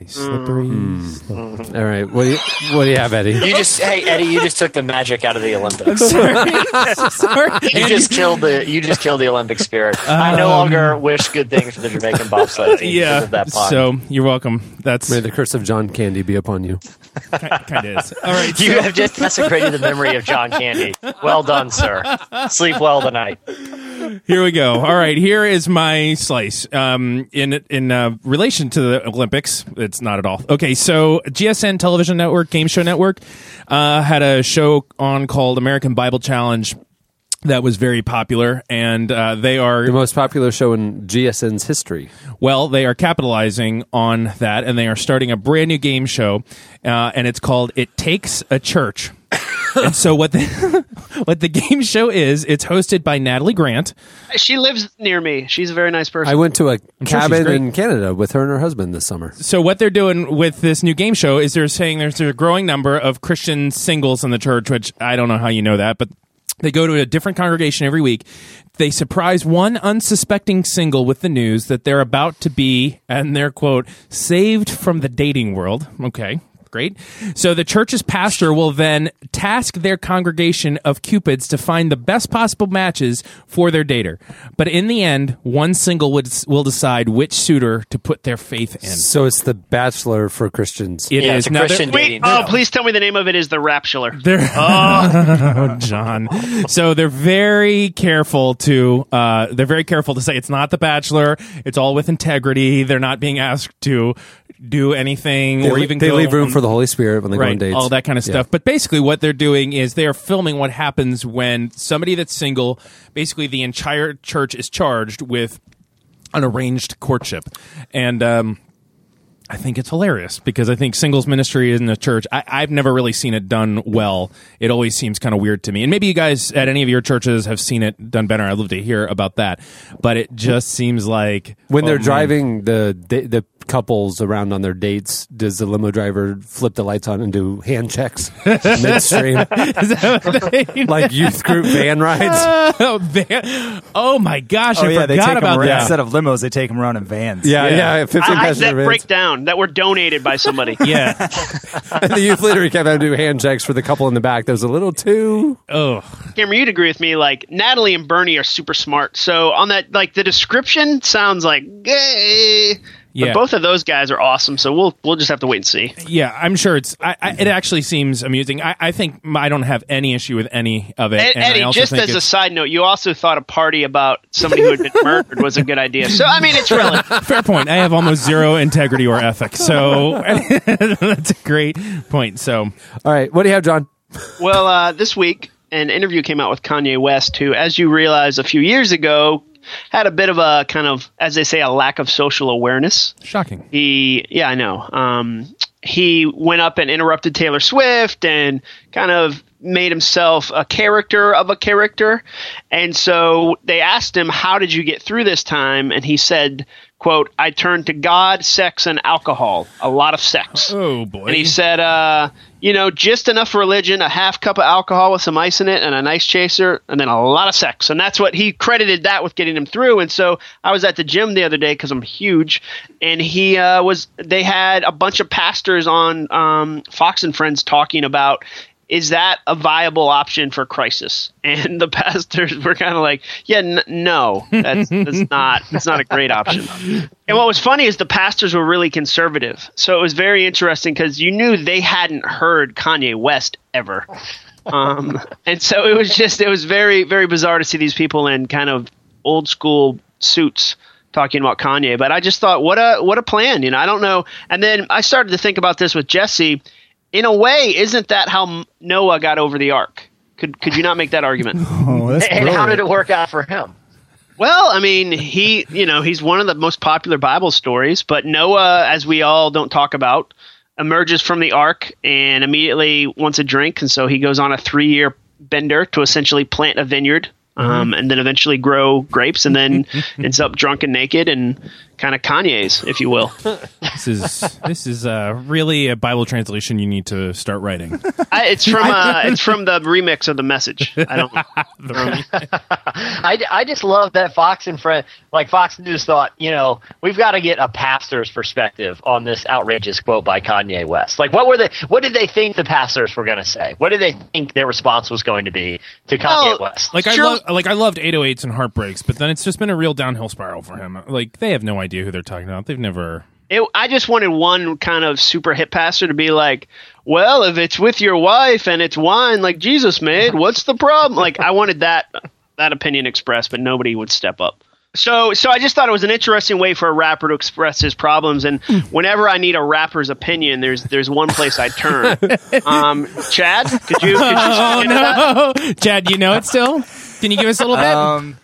S5: A slippery. slope.
S3: All right, what do you what do you have, Eddie?
S6: You just, hey Eddie, you just took the magic out of the Olympics. You just killed the, you just killed the Olympic spirit. I
S3: Um,
S6: no longer wish good things for the Jamaican bobsled team. because
S5: Yeah.
S6: of that pun.
S5: So you're welcome. That's <laughs>
S3: May the curse of John Candy be upon you.
S5: kind of is. All right.
S6: you have just desecrated the memory of John Candy. Well done, sir. Sleep well tonight.
S5: Here we go. All right. Here is my slice. Um, in in uh, relation to the Olympics, it's not at all. Okay. So GSN Television Network, Game Show Network, uh, had a show on called American Bible Challenge. That was very popular, and uh, they are
S3: The most popular show in GSN's history.
S5: Well, they are capitalizing on that, and they are starting a brand new game show, uh, and it's called "It Takes a Church." <coughs> and so, what the <laughs> what the game show is? It's hosted by Natalie Grant.
S4: She lives near me. She's a very nice person.
S3: I went to a
S5: sure she's
S3: cabin
S5: great.
S3: in Canada with her and her husband this summer.
S5: So, what they're doing with this new game show is they're saying there's a growing number of Christian singles in the church, which I don't know how you know that, but they go to a different congregation every week. They surprise one unsuspecting single with the news that they're about to be, and they're quote, saved from the dating world. Okay. Great. So the church's pastor will then task their congregation of cupids to find the best possible matches for their dater. But in the end, one single would, will decide which suitor to put their faith in.
S3: So it's the Bachelor for Christians.
S5: It is
S6: Yeah, it's a
S5: Now, there-
S6: Christian
S4: Wait,
S6: dating.
S4: oh,
S6: show.
S4: please tell me the name of it is the Raptuler.
S5: They're, oh, <laughs> John. So they're very careful to uh, they're very careful to say it's not The Bachelor. It's all with integrity. They're not being asked to do anything
S3: They,
S5: or
S3: le-
S5: even
S3: they
S5: go
S3: leave room
S5: on-
S3: for the Holy Spirit when they go on
S5: right
S3: dates.
S5: all that kind of
S3: Yeah.
S5: stuff. But basically, what they're doing is they are filming what happens when somebody that's single. Basically, the entire church is charged with an arranged courtship, and. um I think it's hilarious because I think singles ministry in the church, I, I've never really seen it done well. It always seems kind of weird to me. And maybe you guys at any of your churches have seen it done better. I'd love to hear about that. But it just seems like
S3: When they're
S5: oh, man.
S3: driving the the the couples around on their dates, does the limo driver flip the lights on and do hand checks midstream,
S5: Is that what <laughs> they-
S3: like youth group van rides?
S5: oh, van- oh my gosh,
S7: Oh
S5: I
S7: yeah,
S5: forgot
S7: they take them
S5: about
S7: around,
S5: that.
S7: instead of limos, they take them around in vans.
S3: Yeah, yeah,
S5: <laughs> Yeah.
S3: fifteen
S4: I like that
S3: passenger vans.
S4: breakdown that were donated by somebody.
S5: <laughs> yeah.
S3: And <laughs> the youth leader kept having to do hand checks for the couple in the back. That was a little too.
S5: Oh,
S4: Cameron, you'd agree with me. Like Natalie and Bernie are super smart. So on that, like the description sounds like gay.
S5: Yeah.
S4: But both of those guys are awesome. So we'll we'll just have to wait and see.
S5: yeah. I'm sure it's. I, I, it actually seems amusing. I, I think I don't have any issue with any of it.
S4: Ed,
S5: and I
S4: E-, Eddie,
S5: also
S4: just
S5: think
S4: as a
S5: it's-
S4: side note, you also thought a party about somebody who
S5: <laughs>
S4: had been murdered was a good idea. So I mean, it's really
S5: Fair point. I have almost
S4: <laughs>
S5: zero integrity or ethics, so <laughs> that's a great point. So
S3: All right, what do you have, John?
S4: Well, uh, this week, an interview came out with Kanye West, who, as you realize, a few years ago had a bit of a kind of, as they say, a lack of social awareness.
S5: shocking.
S4: He, yeah, I know. Um, he went up and interrupted Taylor Swift and kind of made himself a character of a character. And so they asked him, How did you get through this time? And he said, quote, I turned to God, sex, and alcohol. A lot of sex.
S5: Oh, boy.
S4: And he said, uh, you know, just enough religion, a half cup of alcohol with some ice in it, and a nice chaser, and then a lot of sex. And that's what he credited that with getting him through. And so I was at the gym the other day because I'm huge, and he uh, was. They had a bunch of pastors on um, Fox and Friends talking about. Is that a viable option for crisis? <laughs> And the pastors <laughs> were kind of like, "Yeah, n- no, that's, that's not. That's not a great option." And what was funny is the pastors were really conservative. So it was very interesting because you knew they hadn't heard Kanye West ever. Um, and so it was just, it was very, very bizarre to see these people in kind of old school suits talking about Kanye. But I just thought, what a, what a plan. You know, I don't know. And then I started to think about this with Jesse. In a way, isn't that how Noah got over the ark? Could, could you not make that argument?
S7: Oh, that's
S6: And how
S7: brilliant.
S6: did it work out for him?
S4: Well, I mean, he, you know, he's one of the most popular Bible stories, but Noah, as we all don't talk about, emerges from the ark and immediately wants a drink, and so he goes on a 3-year bender to essentially plant a vineyard. Um, and then eventually grow grapes, and then ends up drunk and naked, and kind of Kanye's, if you will.
S5: This is this is uh, really a Bible translation you need to start writing.
S4: <laughs> I, it's from uh, it's from the remix of the message. I don't.
S6: I, I just love that Fox and Friend, like Fox News thought, you know, we've got to get a pastor's perspective on this outrageous quote by Kanye West. Like, what were they? What did they think the pastors were going to say? What did they think their response was going to be to Kanye
S4: Well,
S6: West?
S5: Like
S4: Sure.
S5: I love, like I loved 808s and heartbreaks, but then it's just been a real downhill spiral for him. Like they have no idea who they're talking about. They've
S4: <laughs>
S5: never.
S4: it, I just wanted one kind of super hit pastor to be like, well, if it's with your wife and it's wine like Jesus made, what's the problem? Like I wanted that that opinion expressed, but nobody would step up. So, so I just thought it was an interesting way for a rapper to express his problems. And whenever I need a rapper's opinion, there's there's one place I turn. Um, Chad, could you? Could you oh,
S7: <laughs>
S5: Oh, Chad, you know it still? Can you give us a little bit?
S7: Um,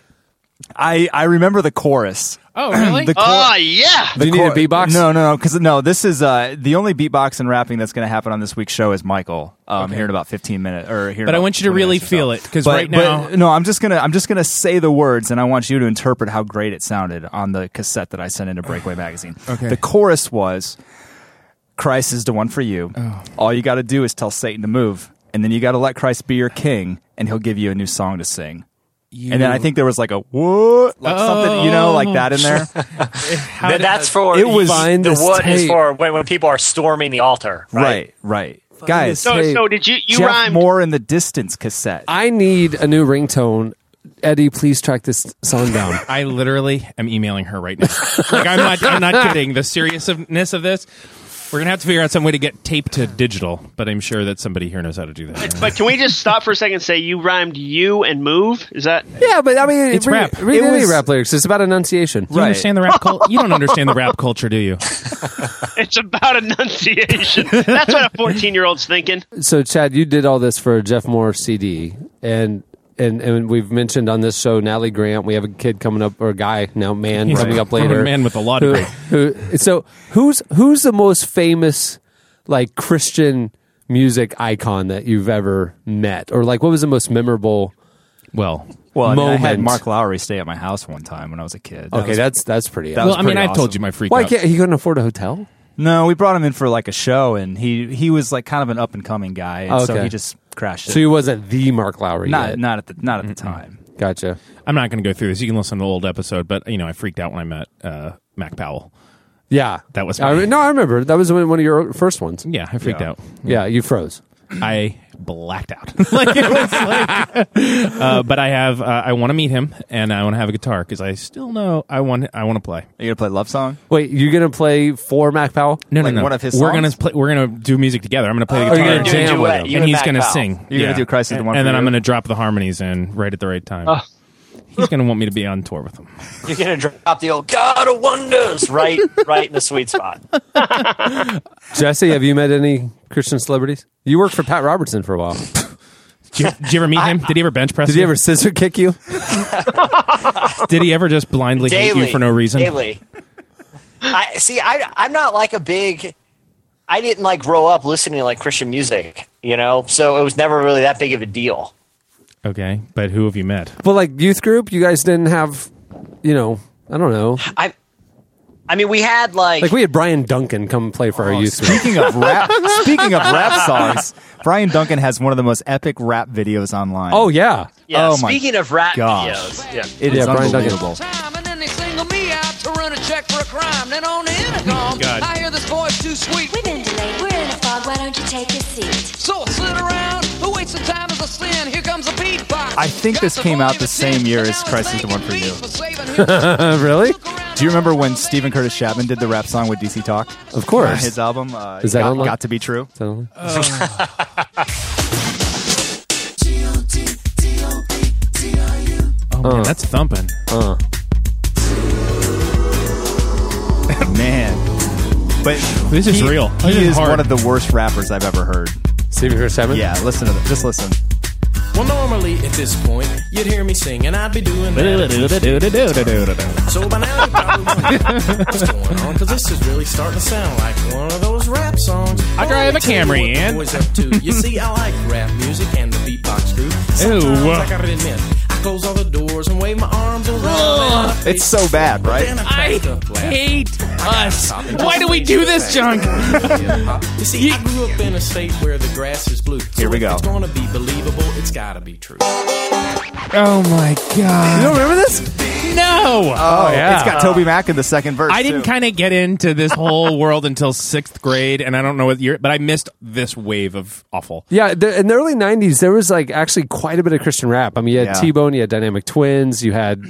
S7: I I remember the chorus.
S5: oh,
S4: <clears throat>
S5: really?
S7: The
S4: Oh yeah.
S3: Do you need a beatbox?
S7: No, no, no. Because no, this is uh, the only beatbox and rapping that's going to happen on this week's show is Michael. Um, here in about fifteen minutes, or here. in
S5: but I
S7: about
S5: want you to
S7: 20
S5: really
S7: minutes or so.
S5: feel it because
S7: But-
S5: right
S7: but-
S5: now,
S7: no, I'm just gonna I'm just gonna say the words, and I want you to interpret how great it sounded on the cassette that I sent into Breakaway Magazine.
S5: Okay.
S7: The chorus was, "Christ is the one for you.
S5: Oh.
S7: All you got to do is tell Satan to move, and then you got to let Christ be your king, and He'll give you a new song to sing." And then I think there was like a what, like something you know, like that in
S5: <laughs>
S7: there.
S6: Th- that's for
S3: it was- Find
S6: the
S3: this
S6: what is
S3: tape.
S6: for when, when people are storming the altar, right?
S7: right, right, guys.
S4: So, so did you? You
S7: Jeff
S4: rhymed.
S7: Moore in the distance cassette.
S3: I need a new ringtone. Eddie, please track this song down.
S5: I literally am emailing her right now. like I'm not, I'm not kidding. The seriousness of this, we're gonna have to figure out some way to get tape to digital. But I'm sure that somebody here knows how to do that.
S4: But can we just stop for a second and say you rhymed you and move? Is that
S3: yeah, but I mean,
S5: It's
S3: read,
S5: rap.
S3: Read
S7: It
S3: any
S7: was-
S3: rap lyrics. It's about enunciation.
S5: Do you understand the rap culture? You don't understand the rap culture, do you?
S4: It's about enunciation. That's what a 14 year old's thinking.
S3: So, Chad, you did all this for a Jeff Moore CD, and and and we've mentioned on this show Natalie Grant. We have a kid coming up, or a guy now, man
S5: He's
S3: coming
S5: a-
S3: up later.
S5: a man with a law
S3: Who-
S5: degree.
S3: who- so, who's who's the most famous like Christian music icon that you've ever met, or like what was the most memorable?
S5: Well,
S7: well, I, mean, I had
S3: Moment.
S7: Mark Lowry stay at my house one time when I was a kid.
S3: Okay, that's that's pretty.
S7: That
S3: awesome.
S7: was
S5: well, I mean,
S7: pretty
S5: I've told
S7: awesome.
S5: you my freak.
S3: Why
S5: out.
S3: can't he couldn't afford a hotel?
S7: No, we brought him in for like a show, and he he was like kind of an up and coming guy, and so
S3: Okay.
S7: he just crashed.
S3: So
S7: it.
S3: he wasn't the Mark Lowry.
S7: not
S3: yet.
S7: not at the not at the time.
S3: gotcha.
S5: I'm not going to go through this. You can listen to the old episode, but you know, I freaked out when I met uh, Mac Powell.
S3: Yeah,
S5: That was
S3: I
S5: me.
S3: re- no, I remember that was one one of your first ones.
S5: Yeah, I freaked
S7: Yeah.
S5: out.
S3: Yeah, you froze.
S5: I blacked out. <laughs> like it was like, uh, but I have. Uh, I want to meet him, and I want to have a guitar because I still know I want. I want to play.
S7: Are you gonna play love song?
S3: Wait, you're gonna play for Mac Powell?
S5: No,
S7: Like
S5: no, no.
S7: one of his
S5: we're
S7: songs?
S5: gonna play. We're gonna do music together. I'm gonna play the
S3: Oh, you're
S5: guitar,
S3: gonna
S5: and-
S3: do a Jam with him.
S6: you
S5: and he's
S6: Mac
S5: gonna
S6: Powell.
S5: sing.
S7: You're gonna do Christ is the
S5: and,
S7: One
S5: and
S7: for
S5: then I'm
S7: You?
S5: gonna drop the harmonies in right at the right time. He's gonna want me to be on tour with him.
S6: You're going to drop the old God of Wonders <laughs> right, right in the sweet spot.
S3: Jesse, have you met any Christian celebrities? You worked for Pat Robertson for a while.
S5: Did you, did you ever meet him? Did he ever bench press?
S3: Did he
S5: you?
S3: ever scissor kick you?
S5: Did he ever just blindly hate
S6: daily
S5: you for no reason?
S6: Daily. I see. I I'm not like a big I didn't like grow up listening to like Christian music, you know, so it was never really that big of a deal.
S5: Okay, but who have you met?
S3: But like youth group, you guys didn't have, you know, I don't know.
S6: I, I mean, we had like,
S3: Like we had Brian Duncan come play for our
S7: Oh,
S3: youth group.
S7: Speaking of
S3: <laughs>
S7: rap, speaking of rap songs, Brian Duncan has one of the most epic rap videos online.
S3: Oh yeah,
S6: yeah,
S7: oh my
S6: speaking of rap
S7: gosh.
S6: videos, yeah.
S7: it
S3: Yeah,
S7: is
S3: Brian Duncan.
S7: unbelievable.
S2: time, and then they single me out to run a check for a crime. Then on the intercom,
S5: God.
S2: I hear this voice too sweet.
S9: We've been delayed. We're in a fog. Why don't you take a seat?
S2: So I sit around, the waste of time is a sin. Here comes a beatbox.
S7: I think this came out the same year as Christ is the One for You. <laughs>
S3: Uh, really?
S7: Do you remember when Stephen Curtis Chapman did the rap song with DC Talk?
S3: Of course.
S7: his album uh,
S3: Is that
S7: got,
S3: online?
S7: Got to be true.
S3: So-
S5: Oh man, that's thumping.
S7: Man, but
S5: This is
S7: he-
S5: real. This
S7: He
S5: is
S7: is
S5: hard.
S7: one of the worst rappers I've ever heard.
S3: Stephen Curtis Chapman.
S7: Yeah, listen to this. Just listen.
S10: Well, normally at this point, you'd hear me sing, and I'd be doing
S5: That's
S10: So by now, you probably wonder what's going on, because this is really starting to sound like one of those rap songs.
S5: I drive a
S10: Let me tell you
S5: Camry,
S10: what the
S5: and-
S10: boys up to. You see, I like rap music and the beatbox groove. Sometimes
S5: Ew.
S10: I gotta admit, I close all the doors and wave my arms around. and I
S7: It's so bad, right?
S10: Then I crack up laughing.
S5: hate us.
S10: it.
S5: Why do we do this junk?
S10: You see, I grew up in a state where the grass is blue. So
S7: Here we
S10: if
S7: go.
S10: It's gonna be believable. It's gotta be true.
S5: Oh my god. You don't remember this? No.
S7: Oh,
S3: yeah.
S7: It's got Toby Mac in the second verse.
S5: I didn't
S7: too.
S5: kind of get into this whole <laughs> world until sixth grade, and I don't know what year, but I missed this wave of awful.
S3: Yeah, the, in the early '90s, there was like actually quite a bit of Christian rap. I mean, you had
S7: Yeah.
S3: T-Bone, you had Dynamic Twins, you had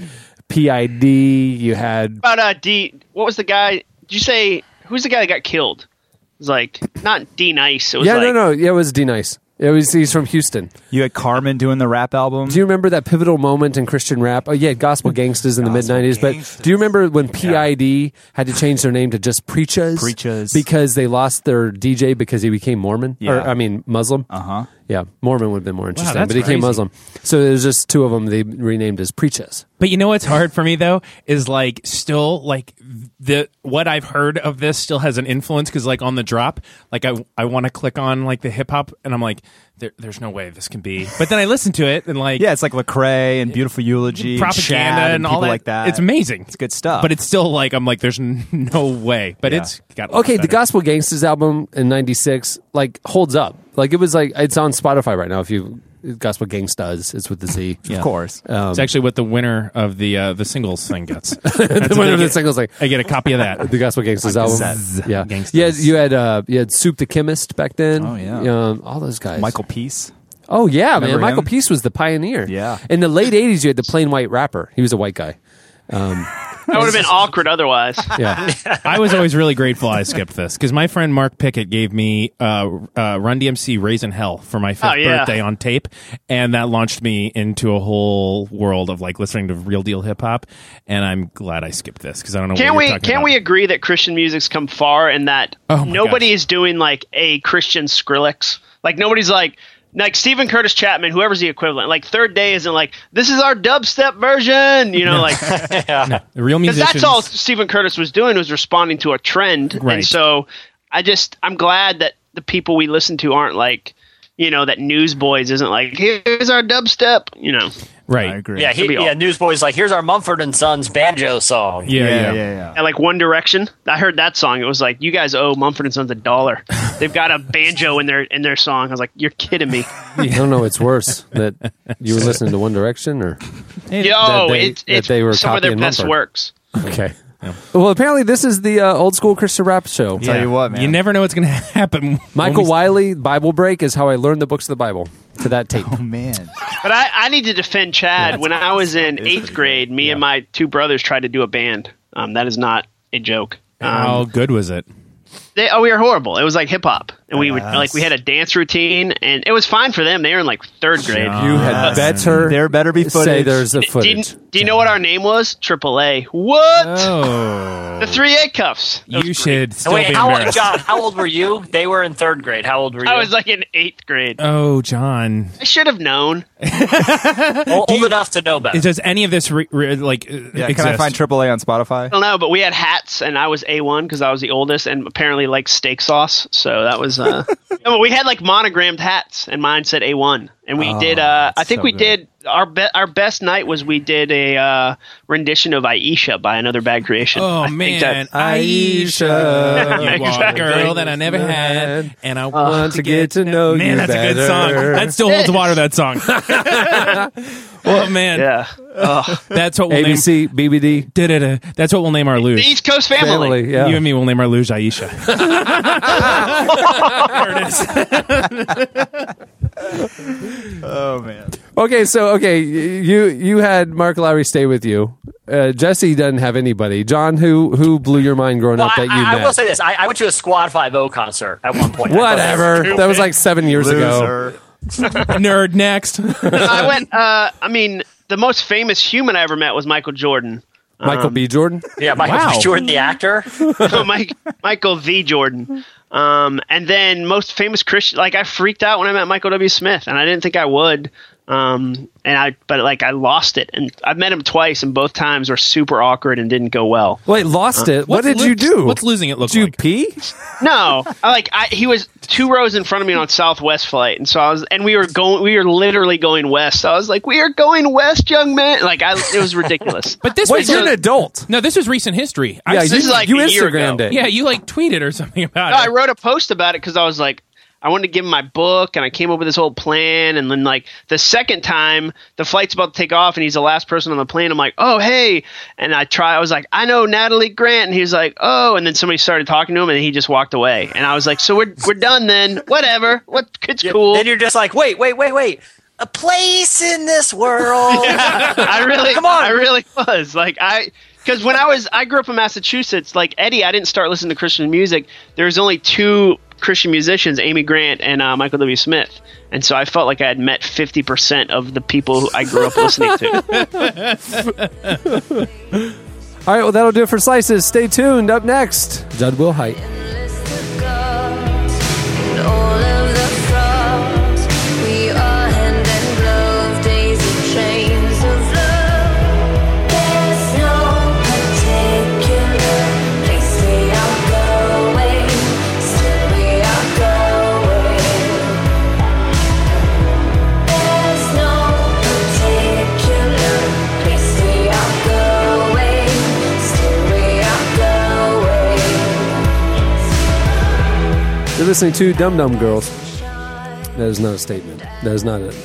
S3: PID, you had
S4: About uh, D, what was the guy? Did you say who's the guy that got killed? It was like not D Nice. It was
S3: yeah,
S4: like,
S3: no, no, yeah, it was D Nice. It was he's from Houston.
S7: You had Carmen doing the rap album.
S3: Do you remember that pivotal moment in Christian rap? Oh, yeah, gospel gangsters in the mid '90s. But do you remember when PID had to change their name to just Preachers?
S7: Preachas.
S3: because they lost their DJ because he became Mormon. Or,
S7: Yeah.
S3: I mean Muslim.
S7: uh huh.
S3: Yeah, Mormon would have been more interesting,
S5: that's
S3: but he became
S5: crazy.
S3: Muslim. So there's just two of them. They renamed as Preachers.
S5: But you know what's hard for me though is like still like the what I've heard of this still has an influence because like on the drop like I I want to click on like the hip hop and I'm like there, there's no way this can be. But then I listen to it and like
S7: Yeah, it's like Lecrae and Beautiful Eulogy,
S5: propaganda
S7: Chad
S5: and,
S7: and,
S5: all
S7: people
S5: that.
S7: like that.
S5: It's amazing. It's
S7: good stuff.
S5: But it's still like I'm like there's n- no way. But it's got a lot
S3: okay the
S5: better.
S3: gospel gangsters album in 96 like holds up like it was like it's on spotify right now if you gospel gangstas it's with the z
S7: Of course.
S5: It's actually what the winner of the uh, the singles thing gets.
S3: Um, <laughs> the one of the singles like
S5: I get a copy of that.
S3: <laughs> the gospel gangsters album
S7: Zs.
S3: yeah
S5: Gangsters.
S3: yeah you had uh you had soup the chemist back then
S7: Oh, yeah.
S3: um, all those guys
S7: Michael Peace.
S3: oh yeah man
S7: Remember
S3: michael
S7: him?
S3: peace was the pioneer
S7: Yeah.
S3: in the late 80s you had the plain white rapper he was a white guy
S4: that would have been
S5: <laughs>
S4: awkward otherwise.
S7: <laughs>
S3: yeah
S5: I was always really grateful I skipped this because my friend Mark Pickett gave me uh, uh, Run DMC Raisin Hell for my fifth
S4: Oh, yeah.
S5: birthday on tape, and that launched me into a whole world of like listening to real deal hip hop. And I'm glad I skipped this because I don't know.
S4: Can
S5: what
S4: we
S5: you're
S4: can
S5: talking about.
S4: we agree that Christian music's come far and that
S5: Oh my
S4: nobody
S5: gosh.
S4: is doing like a Christian Skrillex? Like nobody's like like Stephen Curtis Chapman, whoever's the equivalent. Like Third Day isn't like this is our dubstep version, you know,
S5: <laughs>
S4: like
S5: The real
S4: because
S5: musicians?
S4: that's all Stephen Curtis was doing was responding to a trend.
S5: Right.
S4: And so I just I'm glad that the people we listen to aren't like you know that Newsboys isn't like here's our dubstep, you know.
S5: right.
S7: I agree.
S6: Yeah, he,
S4: Should be all-
S6: yeah. Newsboys like, here's our Mumford and Sons banjo song.
S5: Yeah, yeah,
S7: yeah, yeah.
S4: And like One Direction, I heard that song. It was like you guys owe Mumford and Sons a dollar. They've
S3: <laughs>
S4: got a banjo in their in their song. I was like, you're kidding me.
S3: i don't know it's worse that
S7: <laughs>
S3: you were listening to one direction or <laughs>
S4: Yo,
S3: they-
S4: it's
S3: that
S4: it's
S3: they were
S4: some of their
S3: copying
S4: best
S3: Mumford.
S4: works.
S3: okay well apparently this is the uh, old school christian rap show
S7: Tell you what, man.
S5: You never know what's going to <laughs> happen. when
S3: Michael
S5: we-
S3: Wiley, Bible Break is how I learned the books of the Bible to that tape.
S7: Oh man.
S4: But I, I need to defend Chad. when I was in eighth grade, me and my two brothers tried to do a band. Um, that is not a joke.
S3: Oh,
S4: Um,
S5: How good was it?
S4: they, oh, we were horrible. It was like hip hop, and we would
S7: Yes.
S4: like we had a dance routine, and it was fine for them. They were in like third grade.
S3: You had better
S7: There better be
S3: say
S7: footage.
S3: there's a
S4: Do you,
S3: footage.
S4: do you know what our name was? Triple A. What?
S5: Oh,
S4: The three A cuffs. That was
S5: you
S4: great.
S5: should still
S6: Wait,
S5: be
S6: how old,
S5: embarrassed.
S4: uh,
S6: John? How old were you? They were in third grade. How old were <laughs> you?
S4: I was like in eighth grade.
S5: Oh, John.
S4: I should have known.
S6: O- old enough to know better.
S5: Is- Does any of this re- re- like uh,
S7: Yeah,
S5: exist?
S7: can I find AAA on Spotify?
S4: I don't know, but we had hats, and I was A one because I was the oldest, and apparently really liked steak sauce, so that was. Uh, no, but we had like monogrammed hats, and mine said A1, and we did. Uh, I think
S7: so
S4: we
S7: good.
S4: did our be- our best night was we did a uh, rendition of Aisha by another bad creation.
S5: Oh
S4: I think that-
S3: <laughs>
S5: man, Aisha, you are
S4: Exactly.
S5: the girl that I never had, and I want to get to know
S3: know Uh, oh,
S5: you.
S3: you
S5: Man, that's a good
S3: better.
S5: song. That still holds water.
S3: <laughs>
S5: That song. <laughs> well, man,
S4: yeah, Ugh.
S5: that's what we'll name.
S3: ABC, BBD,
S5: Da-da-da. That's what we'll name our
S4: the
S5: luge.
S4: East Coast family. <laughs>
S3: family. Yeah.
S5: You and me will name our luge Aisha.
S3: <laughs>
S5: there it is.
S7: Oh man.
S3: Okay, so okay, you you had Mark Lowry stay with you. Uh, Jesse doesn't have anybody. John, who who blew your mind growing
S6: Well,
S3: up
S6: I,
S3: that you
S6: I- I
S3: met?
S6: will say this: I, I went to a Squad Five O concert at one point. I thought that was
S3: Whatever. That was like seven years ago.
S7: Loser.
S5: Nerd next.
S4: I went. Uh, I mean, the most famous human I ever met was Michael Jordan. <laughs>
S3: Michael
S5: Um,
S3: B. Jordan.
S6: Yeah, <laughs> Michael
S5: Wow.
S6: B. Jordan, the actor.
S4: So Mike, Michael V. Jordan. Um, and then most famous Christian. Like I freaked out when I met Michael W. Smith, and I didn't think I would. Um, and I, but like I lost it, and I've met him twice, and both times were super awkward and didn't go well.
S3: Wait, lost it. What
S5: What's
S3: did
S5: lo-
S3: you do?
S5: What's losing it look
S3: Did you
S5: like?
S3: pee?
S4: No, I, like I, he was two rows in front of me on Southwest flight, and so I was, and we were going, we were literally going west. So I was like, "We are going west, young man!" Like I, it was ridiculous.
S5: But this
S3: Wait,
S5: was
S3: you're an adult.
S5: no. This was recent history. I
S3: Yeah,
S5: s-
S4: this
S3: you,
S4: is like
S3: you
S4: a year
S3: Instagrammed
S4: ago.
S3: it.
S5: yeah, you like tweeted or something about
S4: No,
S5: it.
S4: I wrote a post about it because I was like, I wanted to give him my book, and I came up with this whole plan. And then, like the second time, the flight's about to take off, and he's the last person on the plane. I'm like, oh hey, and I try. I was like, I know Natalie Grant, and he was like, oh. And then somebody started talking to him, and he just walked away. And I was like, so we're we're done then. Whatever. What? It's cool.
S6: Then you're just like, wait, wait, wait, wait. A place in this world.
S4: I really,
S6: Come on.
S4: I really was like I, because when I was, I grew up in Massachusetts. Like Eddie, I didn't start listening to Christian music. There was only two Christian musicians, Amy Grant and uh, Michael W. Smith, and so I felt like I had met fifty percent of the people who I grew up listening
S11: <laughs>
S4: to.
S3: All right, well that'll do it for slices. Stay tuned. Up next, Judd Will Height. You're listening to Dum Dum Girls. That is not a statement. That is not it.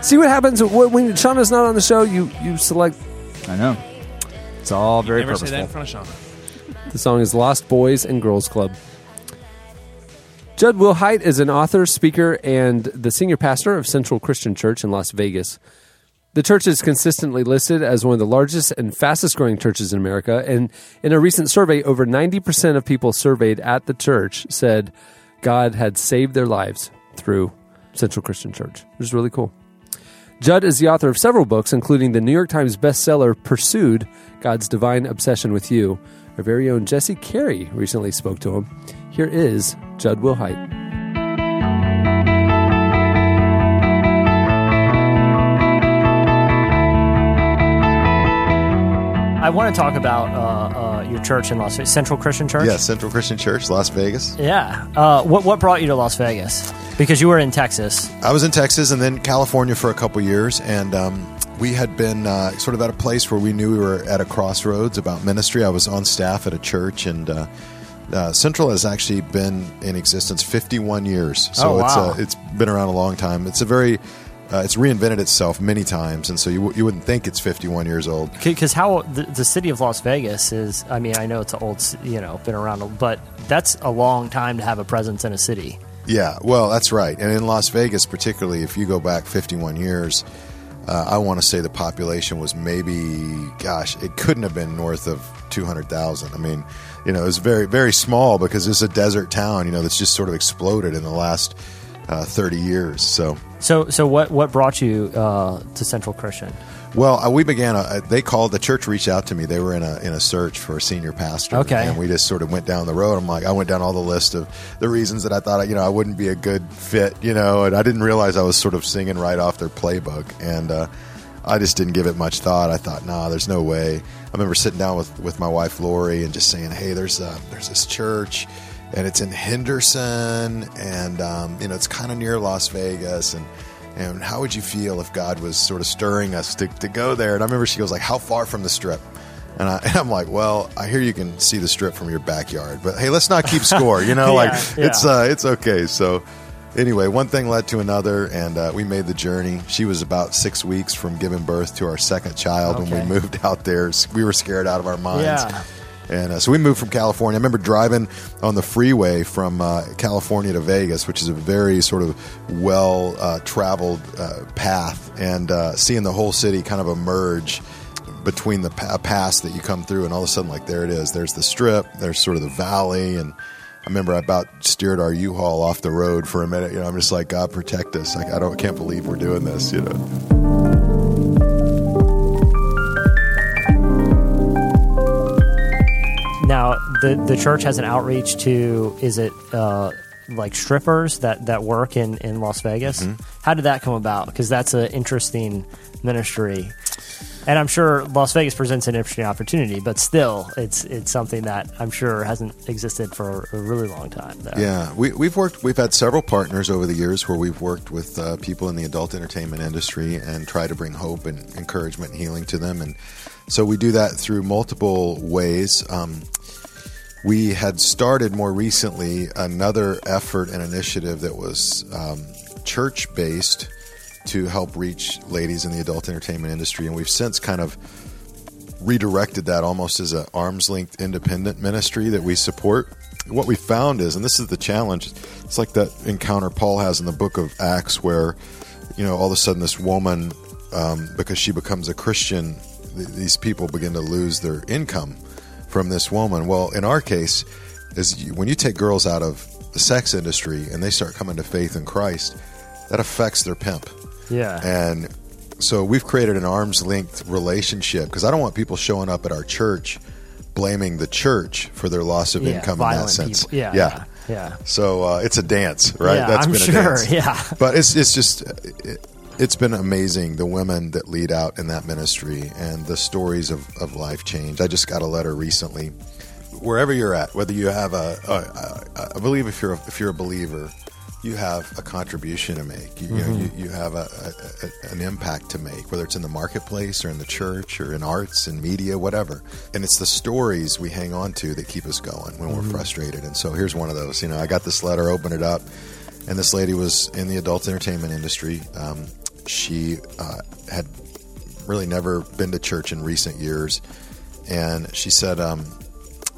S3: See what happens when when Shauna's not on the show. You you select
S7: I know. It's all very
S5: Never say that in
S7: purposeful.
S5: front of Sean.
S3: The song is Lost Boys and Girls Club. Judd Wilhite is an author, speaker, and the senior pastor of Central Christian Church in Las Vegas. The church is consistently listed as one of the largest and fastest growing churches in America. And in a recent survey, over 90% of people surveyed at the church said God had saved their lives through Central Christian Church, which is really cool. Judd is the author of several books, including the New York Times bestseller Pursued God's Divine Obsession with You. Our very own Jesse Carey recently spoke to him. Here is Judd Wilhite.
S6: I want to talk about uh, uh, your church in Las Vegas, Central Christian Church.
S11: Yeah, Central Christian Church, Las Vegas.
S6: Yeah. Uh, what what brought you to Las Vegas? Because you were in Texas.
S11: I was in Texas and then California for a couple years, and um, we had been uh, sort of at a place where we knew we were at a crossroads about ministry. I was on staff at a church, and uh, uh, Central has actually been in existence 51 years. So
S6: Oh, wow.
S11: it's uh, it's been around a long time. It's a very uh, it's reinvented itself many times, and so you, w- you wouldn't think it's 51 years old.
S6: Because how the, the city of Las Vegas is, I mean, I know it's an old, ci- you know, been around, a- but that's a long time to have a presence in a city.
S11: Yeah, well, that's right. And in Las Vegas, particularly, if you go back 51 years, uh, I want to say the population was maybe, gosh, it couldn't have been north of 200,000. I mean, you know, it was very, very small because it's a desert town, you know, that's just sort of exploded in the last uh, 30 years. So,
S6: So, so what, what brought you uh, to Central Christian?
S11: well, uh, we began, a, they called, the church reached out to me. They were in a, in a search for a senior pastor.
S6: Okay.
S11: And we just sort of went down the road. I'm like, I went down all the list of the reasons that I thought, you know, I wouldn't be a good fit, you know, and I didn't realize I was sort of singing right off their playbook. And uh, I just didn't give it much thought. I thought, nah, there's no way. I remember sitting down with, with my wife, Lori, and just saying, hey, there's, uh, there's this church. and it's in Henderson, and um, you know it's kind of near Las Vegas, and and how would you feel if God was sort of stirring us to, to go there? And I remember she goes like, "How far from the Strip?" And, I, <laughs> and I'm like, "Well, I hear you can see the Strip from your backyard, but hey, let's not keep score, you know? like
S7: <laughs> Yeah,
S11: it's
S7: yeah.
S11: uh, it's okay." So. Anyway, one thing led to another, and uh, we made the journey. She was about six weeks from giving birth to our second child when
S7: Okay.
S11: we moved out there. We were scared out of our minds.
S7: Yeah.
S11: And uh, so we moved from California. I remember driving on the freeway from uh, California to Vegas, which is a very sort of well uh, traveled uh, path, and uh, seeing the whole city kind of emerge between the pa- pass that you come through, and all of a sudden, like there it is. There's the strip. There's sort of the valley, and I remember I about steered our U-Haul off the road for a minute. You know, I'm just like, God protect us. Like I don't, can't believe we're doing this. You know.
S12: Now, the the church has an outreach to is it uh, like strippers that that work in in Las Vegas?
S11: Mm-hmm.
S13: Mhm.
S12: How did that come about? Because that's an interesting ministry. And I'm sure Las Vegas presents an interesting opportunity, but still, it's it's something that I'm sure hasn't existed for a really long time. There,
S11: Yeah, we, we've worked. We've had several partners over the years where we've worked with uh, people in the adult entertainment industry and try to bring hope and encouragement and healing to them. And so we do that through multiple ways. Um, we had started more recently another effort and initiative that was um, church based to help reach ladies in the adult entertainment industry, and we've since kind of redirected that almost as an arm's length independent ministry that we support. What we found is, and this is the challenge, it's like that encounter Paul has in the book of Acts, where, you know, all of a sudden this woman, um, because she becomes a Christian, th- these people begin to lose their income from this woman. Well, in our case, is you, when you take girls out of the sex industry and they start coming to faith in Christ, that affects their pimp.
S12: yeah.
S11: And so we've created an arm's length relationship because I don't want people showing up at our church blaming the church for their loss of
S12: Yeah,
S11: income in that
S12: violent
S11: sense.
S12: people. Yeah,
S11: yeah.
S12: yeah, yeah.
S11: So uh, it's a dance, right?
S12: Yeah,
S11: That's
S12: I'm
S11: been a
S12: sure,
S11: dance.
S12: yeah.
S11: But it's it's just it, it's been amazing the women that lead out in that ministry and the stories of, of life change. I just got a letter recently. Wherever you're at, whether you have a, a, a I believe if you're a, if you're a believer, you have a contribution to make. You, you know,
S7: Mhm.
S11: you, you have a, a, a, an impact to make, whether it's in the marketplace or in the church or in arts and media, whatever. And it's the stories we hang on to that keep us going when we're
S7: Mhm.
S11: frustrated. And so here's one of those. You know, I got this letter, opened it up, and this lady was in the adult entertainment industry. Um, she uh, had really never been to church in recent years. And she said, um,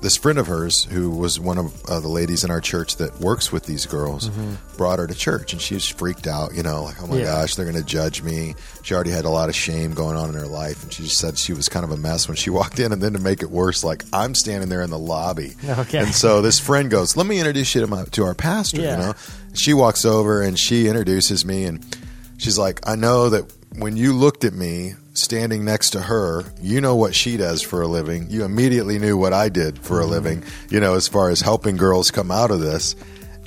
S11: this friend of hers, who was one of uh, the ladies in our church that works with these girls, brought her to church. And she was freaked out, you know, like, oh my
S7: Mm-hmm. Yeah.
S11: gosh, they're going to judge me. She already had a lot of shame going on in her life. And she just said she was kind of a mess when she <laughs> walked in. And then to make it worse, like, I'm standing there in the lobby.
S7: Okay.
S11: And so this friend goes, let me introduce you to, my, to our pastor,
S7: Yeah.
S11: you know? She walks over and she introduces me. And she's like, I know that when you looked at me standing next to her, you know what she does for a living. You immediately knew what I did for a living, you know, as far as helping girls come out of this.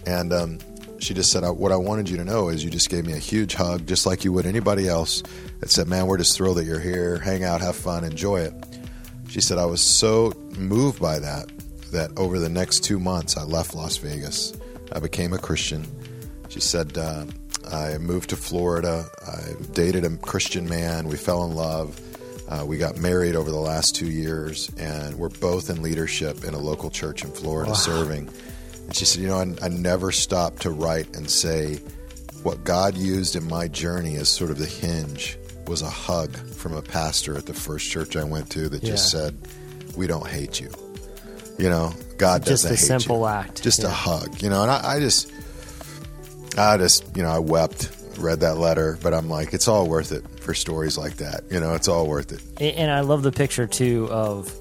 S11: And um, she just said, I, What I wanted you to know is you just gave me a huge hug, just like you would anybody else, that said, Man, we're just thrilled that you're here. Hang out, have fun, enjoy it. She said, I was so moved by that that over the next two months, I left Las Vegas. I became a Christian. She said, uh, I moved to Florida. I dated a Christian man. We fell in love. Uh, we got married over the last two years, and we're both in leadership in a local church in Florida
S7: Wow.
S11: serving. And she said, You know, I, I never stopped to write and say, What God used in my journey as sort of the hinge was a hug from a pastor at the first church I went to that just
S12: Yeah.
S11: said, We don't hate you. You know, God
S12: Just
S11: doesn't
S12: a
S11: hate
S12: simple
S11: you.
S12: act,
S11: Just a
S12: yeah.
S11: hug, you know, and I, I just. I just, you know, I wept, read that letter, but I'm like, it's all worth it for stories like that. You know, it's all worth it.
S12: A- And I love the picture too of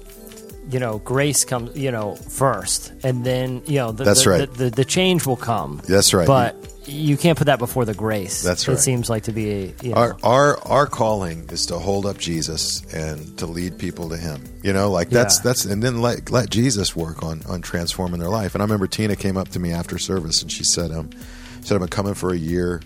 S12: you know grace comes you know first, and then you know the,
S11: That's
S12: the,
S11: right.
S12: the, the, the change will come.
S11: That's right.
S12: But you can't put that before the grace.
S11: That's
S12: It
S11: right.
S12: seems like to be a you know,
S11: Our, our our calling is to hold up Jesus and to lead people to Him. You know, like that's
S7: Yeah.
S11: that's and then let let Jesus work on on transforming their life. And I remember Tina came up to me after service and she said, um, she said I've been coming for a year.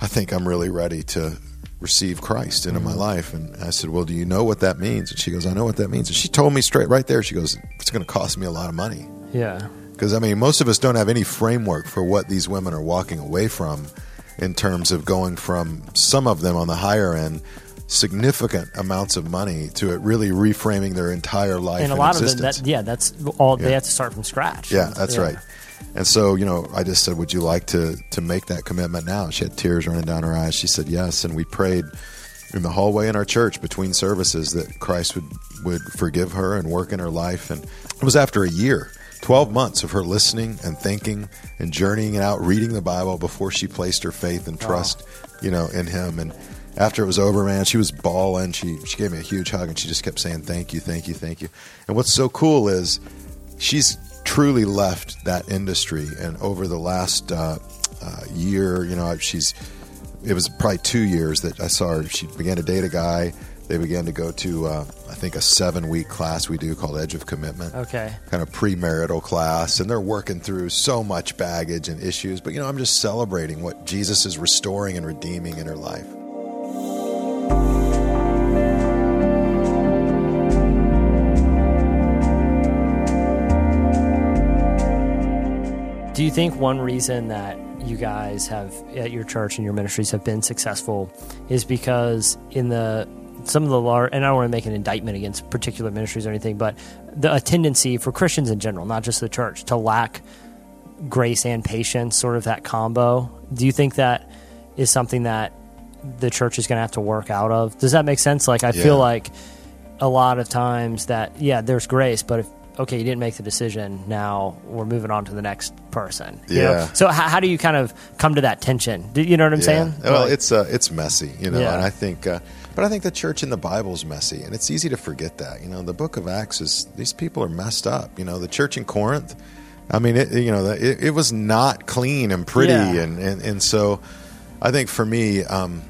S11: I think I'm really ready to receive Christ into my life. And I said, Well, do you know what that means? And she goes, I know what that means. And she told me straight right there. She goes, It's going to cost me a lot of money.
S12: yeah.
S11: Because, I mean, most of us don't have any framework for what these women are walking away from in terms of going from some of them on the higher end significant amounts of money to it really reframing their entire life
S12: and a
S11: and
S12: lot
S11: existence.
S12: of them, that, yeah, that's all. They
S11: Yeah.
S12: have to start from scratch.
S11: Yeah, that's right. And so, you know, I just said, "Would you like to to make that commitment now?" She had tears running down her eyes. She said, "Yes." And we prayed in the hallway in our church between services that Christ would would forgive her and work in her life. And it was after a year, twelve months of her listening and thinking and journeying it out, reading the Bible before she placed her faith and trust, you know, in Him. And after it was over, man, she was bawling. She she gave me a huge hug and she just kept saying, "Thank you, thank you, thank you." And what's so cool is she's truly left that industry and over the last uh, uh, year you know she's it was probably two years that i saw her she began to date a guy they began to go to uh, i think a seven week class we do called edge of commitment
S12: Okay.
S11: kind of premarital class and they're working through so much baggage and issues but you know i'm just celebrating what jesus is restoring and redeeming in her life
S12: Do you think one reason that you guys have at your church and your ministries have been successful is because in the some of the large, and I don't want to make an indictment against particular ministries or anything, but the a tendency for Christians in general, not just the church, to lack grace and patience, sort of that combo. Do you think that is something that the church is going to have to work out of? Does that make sense? Like, I
S11: Yeah.
S12: feel like a lot of times that, yeah, there's grace, but if, okay, you didn't make the decision, now we're moving on to the next person. You know?
S11: Yeah.
S12: So, how, how do you kind of come to that tension? Do you know what I'm saying?
S11: Yeah. Well,
S12: Like-
S11: it's uh, it's messy, you know,
S12: Yeah.
S11: and I think, uh, but I think the church in the Bible is messy, and it's easy to forget that. You know, the Book of Acts is these people are messed up. You know, the church in Corinth, I mean, it, you know, it, it was not clean and pretty,
S13: Yeah.
S11: and, and and so, I think for me, um,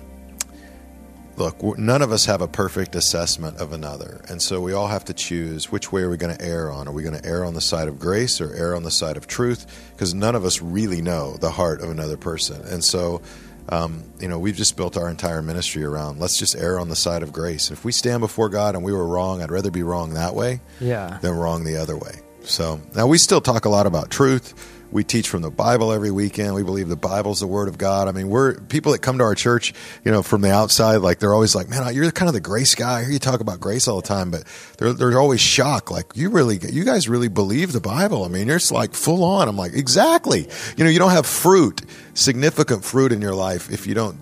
S11: look, w- none of us have a perfect assessment of another. And so we all have to choose which way are we going to err on? Are we going to err on the side of grace or err on the side of truth? Because none of us really know the heart of another person. And so, um, you know, we've just built our entire ministry around let's just err on the side of grace. If we stand before God and we were wrong, I'd rather be wrong that way
S12: yeah.
S11: than wrong the other way. So now we still talk a lot about truth. We teach from the Bible every weekend. We believe the Bible's the Word of God. I mean, we're people that come to our church, you know, from the outside, like they're always like, man, you're kind of the grace guy. I hear you talk about grace all the time, but they're, they're always shocked. Like, you really, you guys really believe the Bible. I mean, you're just like full on. I'm like, exactly. You know, you don't have fruit, significant fruit in your life if you don't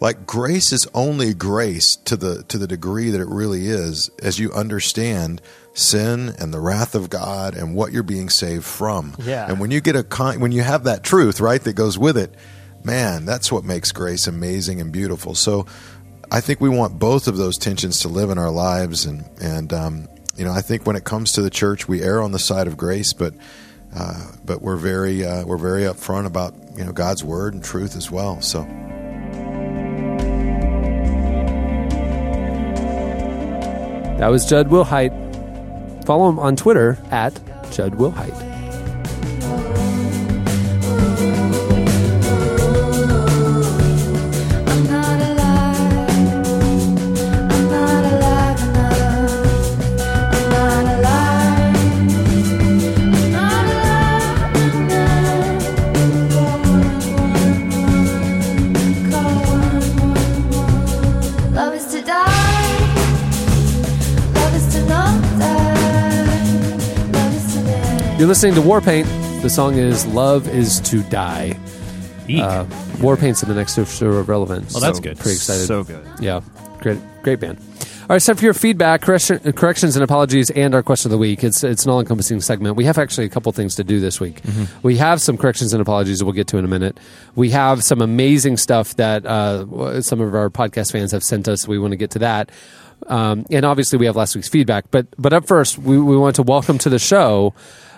S11: like grace is only grace to the to the degree that it really is as you understand sin and the wrath of God and what you're being saved from.
S13: Yeah.
S11: And when you get a con- when you have that truth, right, that goes with it, man, that's what makes grace amazing and beautiful. So I think we want both of those tensions to live in our lives and and um, you know, I think when it comes to the church, we err on the side of grace, but uh, but we're very uh, we're very upfront about you know God's word and truth as well. So
S3: That was Judd Wilhite. Follow him on Twitter at Judd Wilhite.
S9: Love is to die. Love is to not die. Love is to live.
S3: You're listening to Warpaint. The song is "Love Is to Die." Uh, Warpaint's in the next episode of Relevant.
S5: Well, that's
S3: so
S5: good.
S3: Pretty excited.
S5: So good.
S3: Yeah, great, great band. All right, it's time for your feedback, correction, corrections, and apologies, and our question of the week. It's it's an all encompassing segment. We have actually a couple things to do this week.
S5: Mm-hmm.
S3: We have some corrections and apologies that we'll get to in a minute. We have some amazing stuff that uh, some of our podcast fans have sent us. We want to get to that. Um, and obviously, we have last week's feedback. But but up first, we, we want to welcome to the show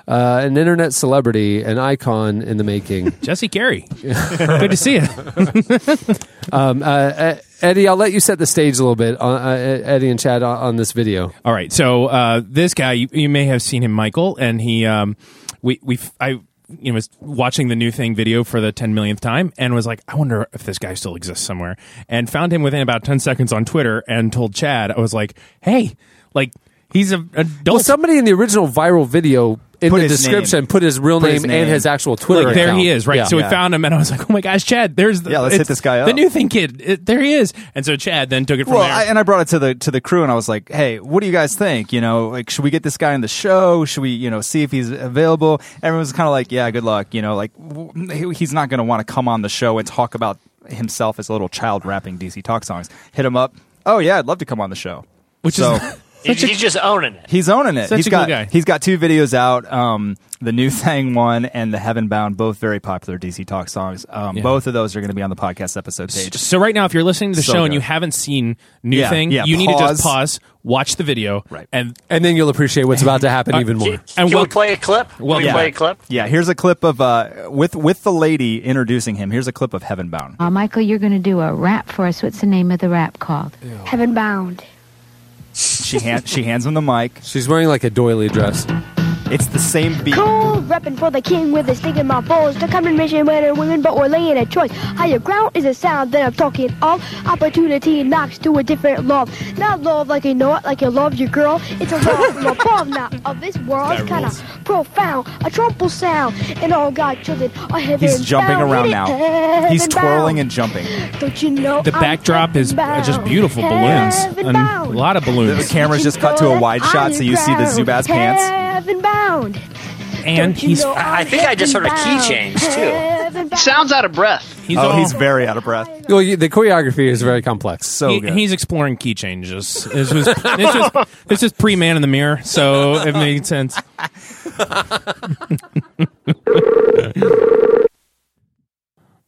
S3: uh, an internet celebrity, an icon in the making,
S7: <laughs>
S5: Jesse Carey. Good to see you.
S3: um, uh, Eddie, I'll let you set the stage a little bit, on, uh, Eddie and Chad, on, on this video.
S5: All right. So uh, this guy, you, you may have seen him, Michael, and he, um, we, we, I, you know, was watching the new thing video for the 10 millionth time, and was like, I wonder if this guy still exists somewhere, and found him within about 10 seconds on Twitter, and told Chad, I was like, hey, like. He's a adult.
S3: Well, somebody in the original viral video in
S5: Put
S3: the
S5: his
S3: description
S5: name.
S3: put his real
S5: Put
S3: name,
S5: his
S3: and
S5: name.
S3: his actual Twitter.
S5: Like, there
S3: account.
S5: he is, right?
S3: Yeah.
S5: So
S3: Yeah.
S5: we found him, and I was like, "Oh my gosh, Chad! There's the,
S7: Yeah, let's hit
S5: it's
S7: this guy up.
S5: The new thing kid. It- there he is." And so Chad then took it from
S7: well,
S5: there.
S7: I, and I brought it to the to the crew, and I was like, "Hey, what do you guys think? You know, like, should we get this guy on the show? Should we, you know, see if he's available?" Everyone was kind of like, "Yeah, good luck." You know, like w- he- he's not going to want to come on the show and talk about himself as a little child rapping DC talk songs. Hit him up. Oh yeah, I'd love to come on the show. Which
S6: is he's, he's just owning
S7: <laughs>
S6: it.
S7: He's owning it.
S6: Such
S7: He's
S6: a cool
S7: got
S6: guy.
S7: he's got two videos out. Um, the new thing one and the Heaven Bound, both very popular DC Talk songs. Um,
S5: Yeah.
S7: both of those are going to be on the podcast episode page.
S5: so right now, if you're listening to the
S7: So
S5: show and
S7: good.
S5: you haven't seen New
S7: Yeah,
S5: Thing,
S7: yeah,
S5: you need to just
S7: pause.
S5: pause, watch the video, right, and
S3: and then you'll appreciate what's about to
S5: Uh,
S3: happen even more.
S5: And
S6: Can we
S5: well,
S6: play a clip? Can we
S7: yeah.
S6: play a clip?
S7: Yeah, here's a clip of uh, with with the lady introducing him. Here's a clip of Heaven Bound.
S14: Uh, Michael, you're going to do a rap for us. What's the name of the rap called?
S9: Heaven bound.
S7: She hand, she hands him the mic.
S3: She's wearing like a doily dress.
S7: It's the same beat.
S9: Cool, reppin' for the king with a stick in my balls. The combination men and women, but we're laying a choice. Higher ground is a sound that I'm talking of. Opportunity knocks to a different love. Not love like you know it, like you love your girl. It's a love <laughs> from above, not of this world.
S7: That
S9: It's kinda
S7: rules.
S9: profound, a trumpet sound. And all God children are heaven
S7: He's jumping
S9: bound.
S7: around
S9: Hit it,
S7: now. He's
S9: heaven
S7: twirling
S9: bound.
S7: and jumping.
S9: Don't you know
S5: the
S9: I'm
S5: backdrop is uh, just beautiful balloons, and a lot of balloons.
S7: The camera's just cut to a wide shot, so you see the Zubaz pants.
S9: heaven bound?
S5: and
S9: he's- I- I think I just heard a key
S4: change
S9: too.
S4: Sounds out of breath.
S5: He's
S3: Oh,
S5: all,
S3: he's
S7: very out of breath.
S9: <laughs>
S3: Well, you- the choreography is very complex. So
S5: he- he's exploring key changes. This was this was this is pre Man in the Mirror, so it made sense.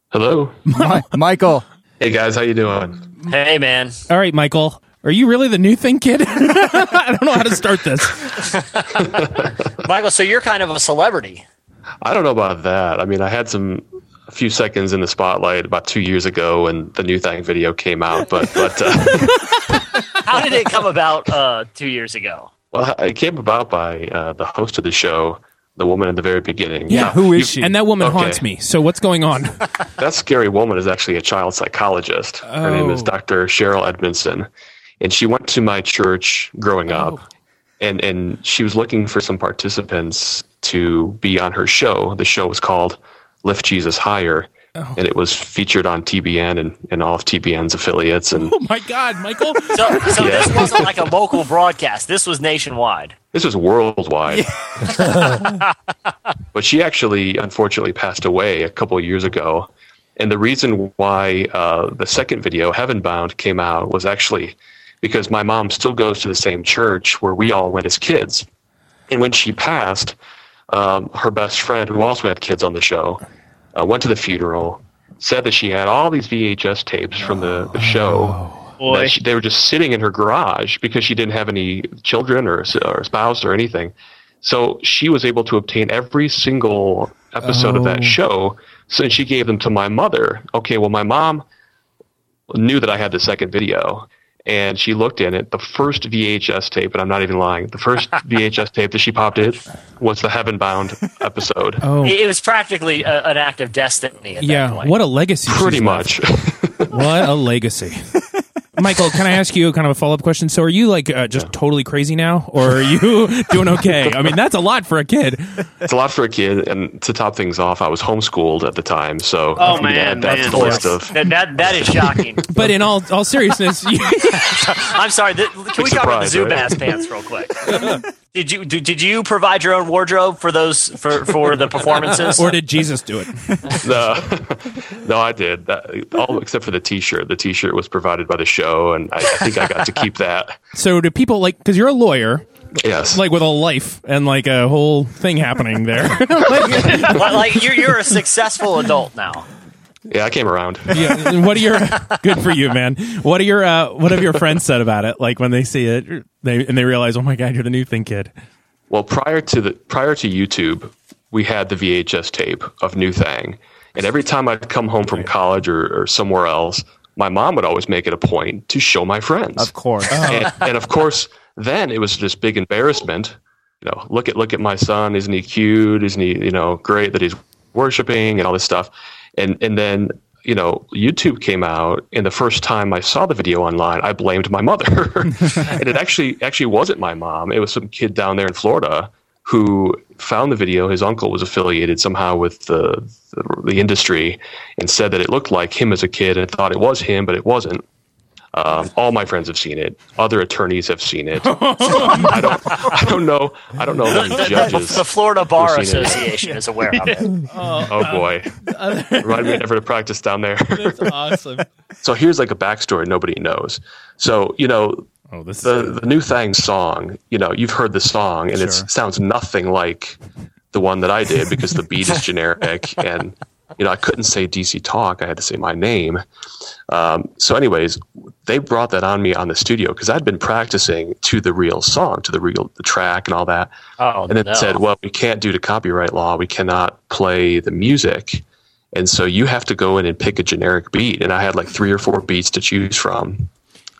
S11: Hello,
S9: <laughs>
S7: Michael.
S11: Hey guys, how you doing?
S6: Hey man.
S5: All right, Michael. Are you really the new thing kid? <laughs> I don't know how to start this.
S6: Michael, so you're kind of a celebrity.
S11: I don't know about that. I mean, I had some a few seconds in the spotlight about two years ago when the new thing video came out, but but uh,
S6: <laughs> How did it come about uh, two years ago?
S11: well, it came about by uh, the host of the show, the woman at the very beginning. Now, you-
S5: And that woman
S11: Okay.
S5: haunts me. So what's going on? <laughs> Oh
S11: That scary woman is actually a child psychologist. Her name is
S5: Oh.
S11: Dr. Cheryl Edmondson, and she went to my church
S5: Oh.
S11: growing up, and and she was looking for some participants to be on her show. The show was called Lift Jesus Higher,
S5: Oh.
S11: and it was featured on TBN and, and all of TBN's affiliates. And
S5: Oh my God, Michael.
S6: So, so
S11: Yeah.
S6: this wasn't like a local broadcast. This was nationwide.
S11: this was worldwide. but she actually, unfortunately, passed away a couple of years ago. And the reason why uh, the second video, Heaven Bound, came out was actually because my mom still goes to the same church where we all went as kids. And when she passed, um, her best friend, who also had kids on the show, uh, went to the funeral, said that she had all these VHS tapes from the, the show.
S5: Oh.
S4: Boy.
S11: that she- they were just sitting in her
S5: <laughs>
S11: garage Uh, because she didn't have any children or, s- or spouse or anything. So she was able to obtain every single episode of
S5: Oh.
S11: that show. So she gave them to my mother. Okay, well, my mom knew that I had the second video. And she looked in it. The first VHS tape, and I'm not even lying,
S6: <laughs>
S11: the first VHS tape that she popped in was the Heaven Bound
S5: <laughs>
S11: episode.
S6: It, it was practically a, an act of destiny. At
S5: Oh. yeah.
S6: That point.
S5: What a legacy.
S11: Pretty
S5: she's
S11: much. <laughs>
S5: left. What a legacy. Michael, can I ask you kind of a follow up question? So, are you like uh, just totally crazy now, or are
S11: <laughs>
S5: you doing okay? I mean, that's a lot for a kid.
S11: It's a lot for a kid. And to top things off, I was homeschooled at the time. So
S6: Oh,
S11: you
S6: man,
S11: add that to
S6: man.
S11: the list of
S6: That, that, that is shocking.
S11: <laughs>
S5: But in all all seriousness, <laughs> you,
S6: I'm sorry. Th- can we
S11: Big
S6: talk about the
S11: surprise,
S6: Zubaz
S11: right?
S6: pants real quick? did you did, did you provide your own wardrobe for those for, for the performances?
S5: or did Jesus do it?
S11: no, no, I did. That, all except for the T-shirt. The T-shirt was provided by the show, and I, I think I got to keep that.
S5: So, do people like because you're a lawyer?
S11: Yes.
S5: Like with a life and like a whole thing happening
S11: <laughs>
S5: there.
S6: But, like you're you're a successful adult now.
S11: Yeah, I came around.
S5: yeah. and What are your good for you, man? What are your uh, what have your friends said about it? Like when they see it, they and they realize, oh my god, you're the new thing kid.
S11: Well, prior to the prior to YouTube, we had the VHS tape of New Thang, and every time I'd come home from college or, or somewhere else, my mom would always make it a point to show my friends.
S7: Of course.
S11: and, and of course, then it was this big embarrassment. You know, look at look at my son. Isn't he cute? Isn't he you know great that he's worshiping and all this stuff? And and then you know, YouTube came out, and the first time I saw the video online, I blamed my mother, <laughs> and it actually actually wasn't my mom. It was some kid down there in Florida who found the video. His uncle was affiliated somehow with the the, the industry, and said that it looked like him as a kid, and thought it was him, but it wasn't. Um, all my friends have seen it. Other attorneys have
S5: <laughs>
S11: seen it. I don't. I don't know. I don't know of any judges.
S6: the Florida Bar
S11: who've seen it.
S6: Association is
S11: <laughs>
S6: aware of it.
S11: Oh, boy, remind me never to practice down there. That's
S5: awesome.
S11: so here's like a backstory nobody knows. So you know, the the new Thang song. You know, you've heard the song, and it
S5: Sure.
S11: sounds <laughs> nothing like the one that I did because the beat is generic, and you know, I couldn't say DC Talk. I had to say my name. Um, so, anyways, they brought that on me on the studio because I'd been practicing to the real song, to the real the track, and all that.
S6: Oh,
S11: and it
S6: no.
S11: said, well, we can't do to copyright law. We cannot play the music. And so you have to go in and pick a generic beat. And I had like three or four beats to choose from.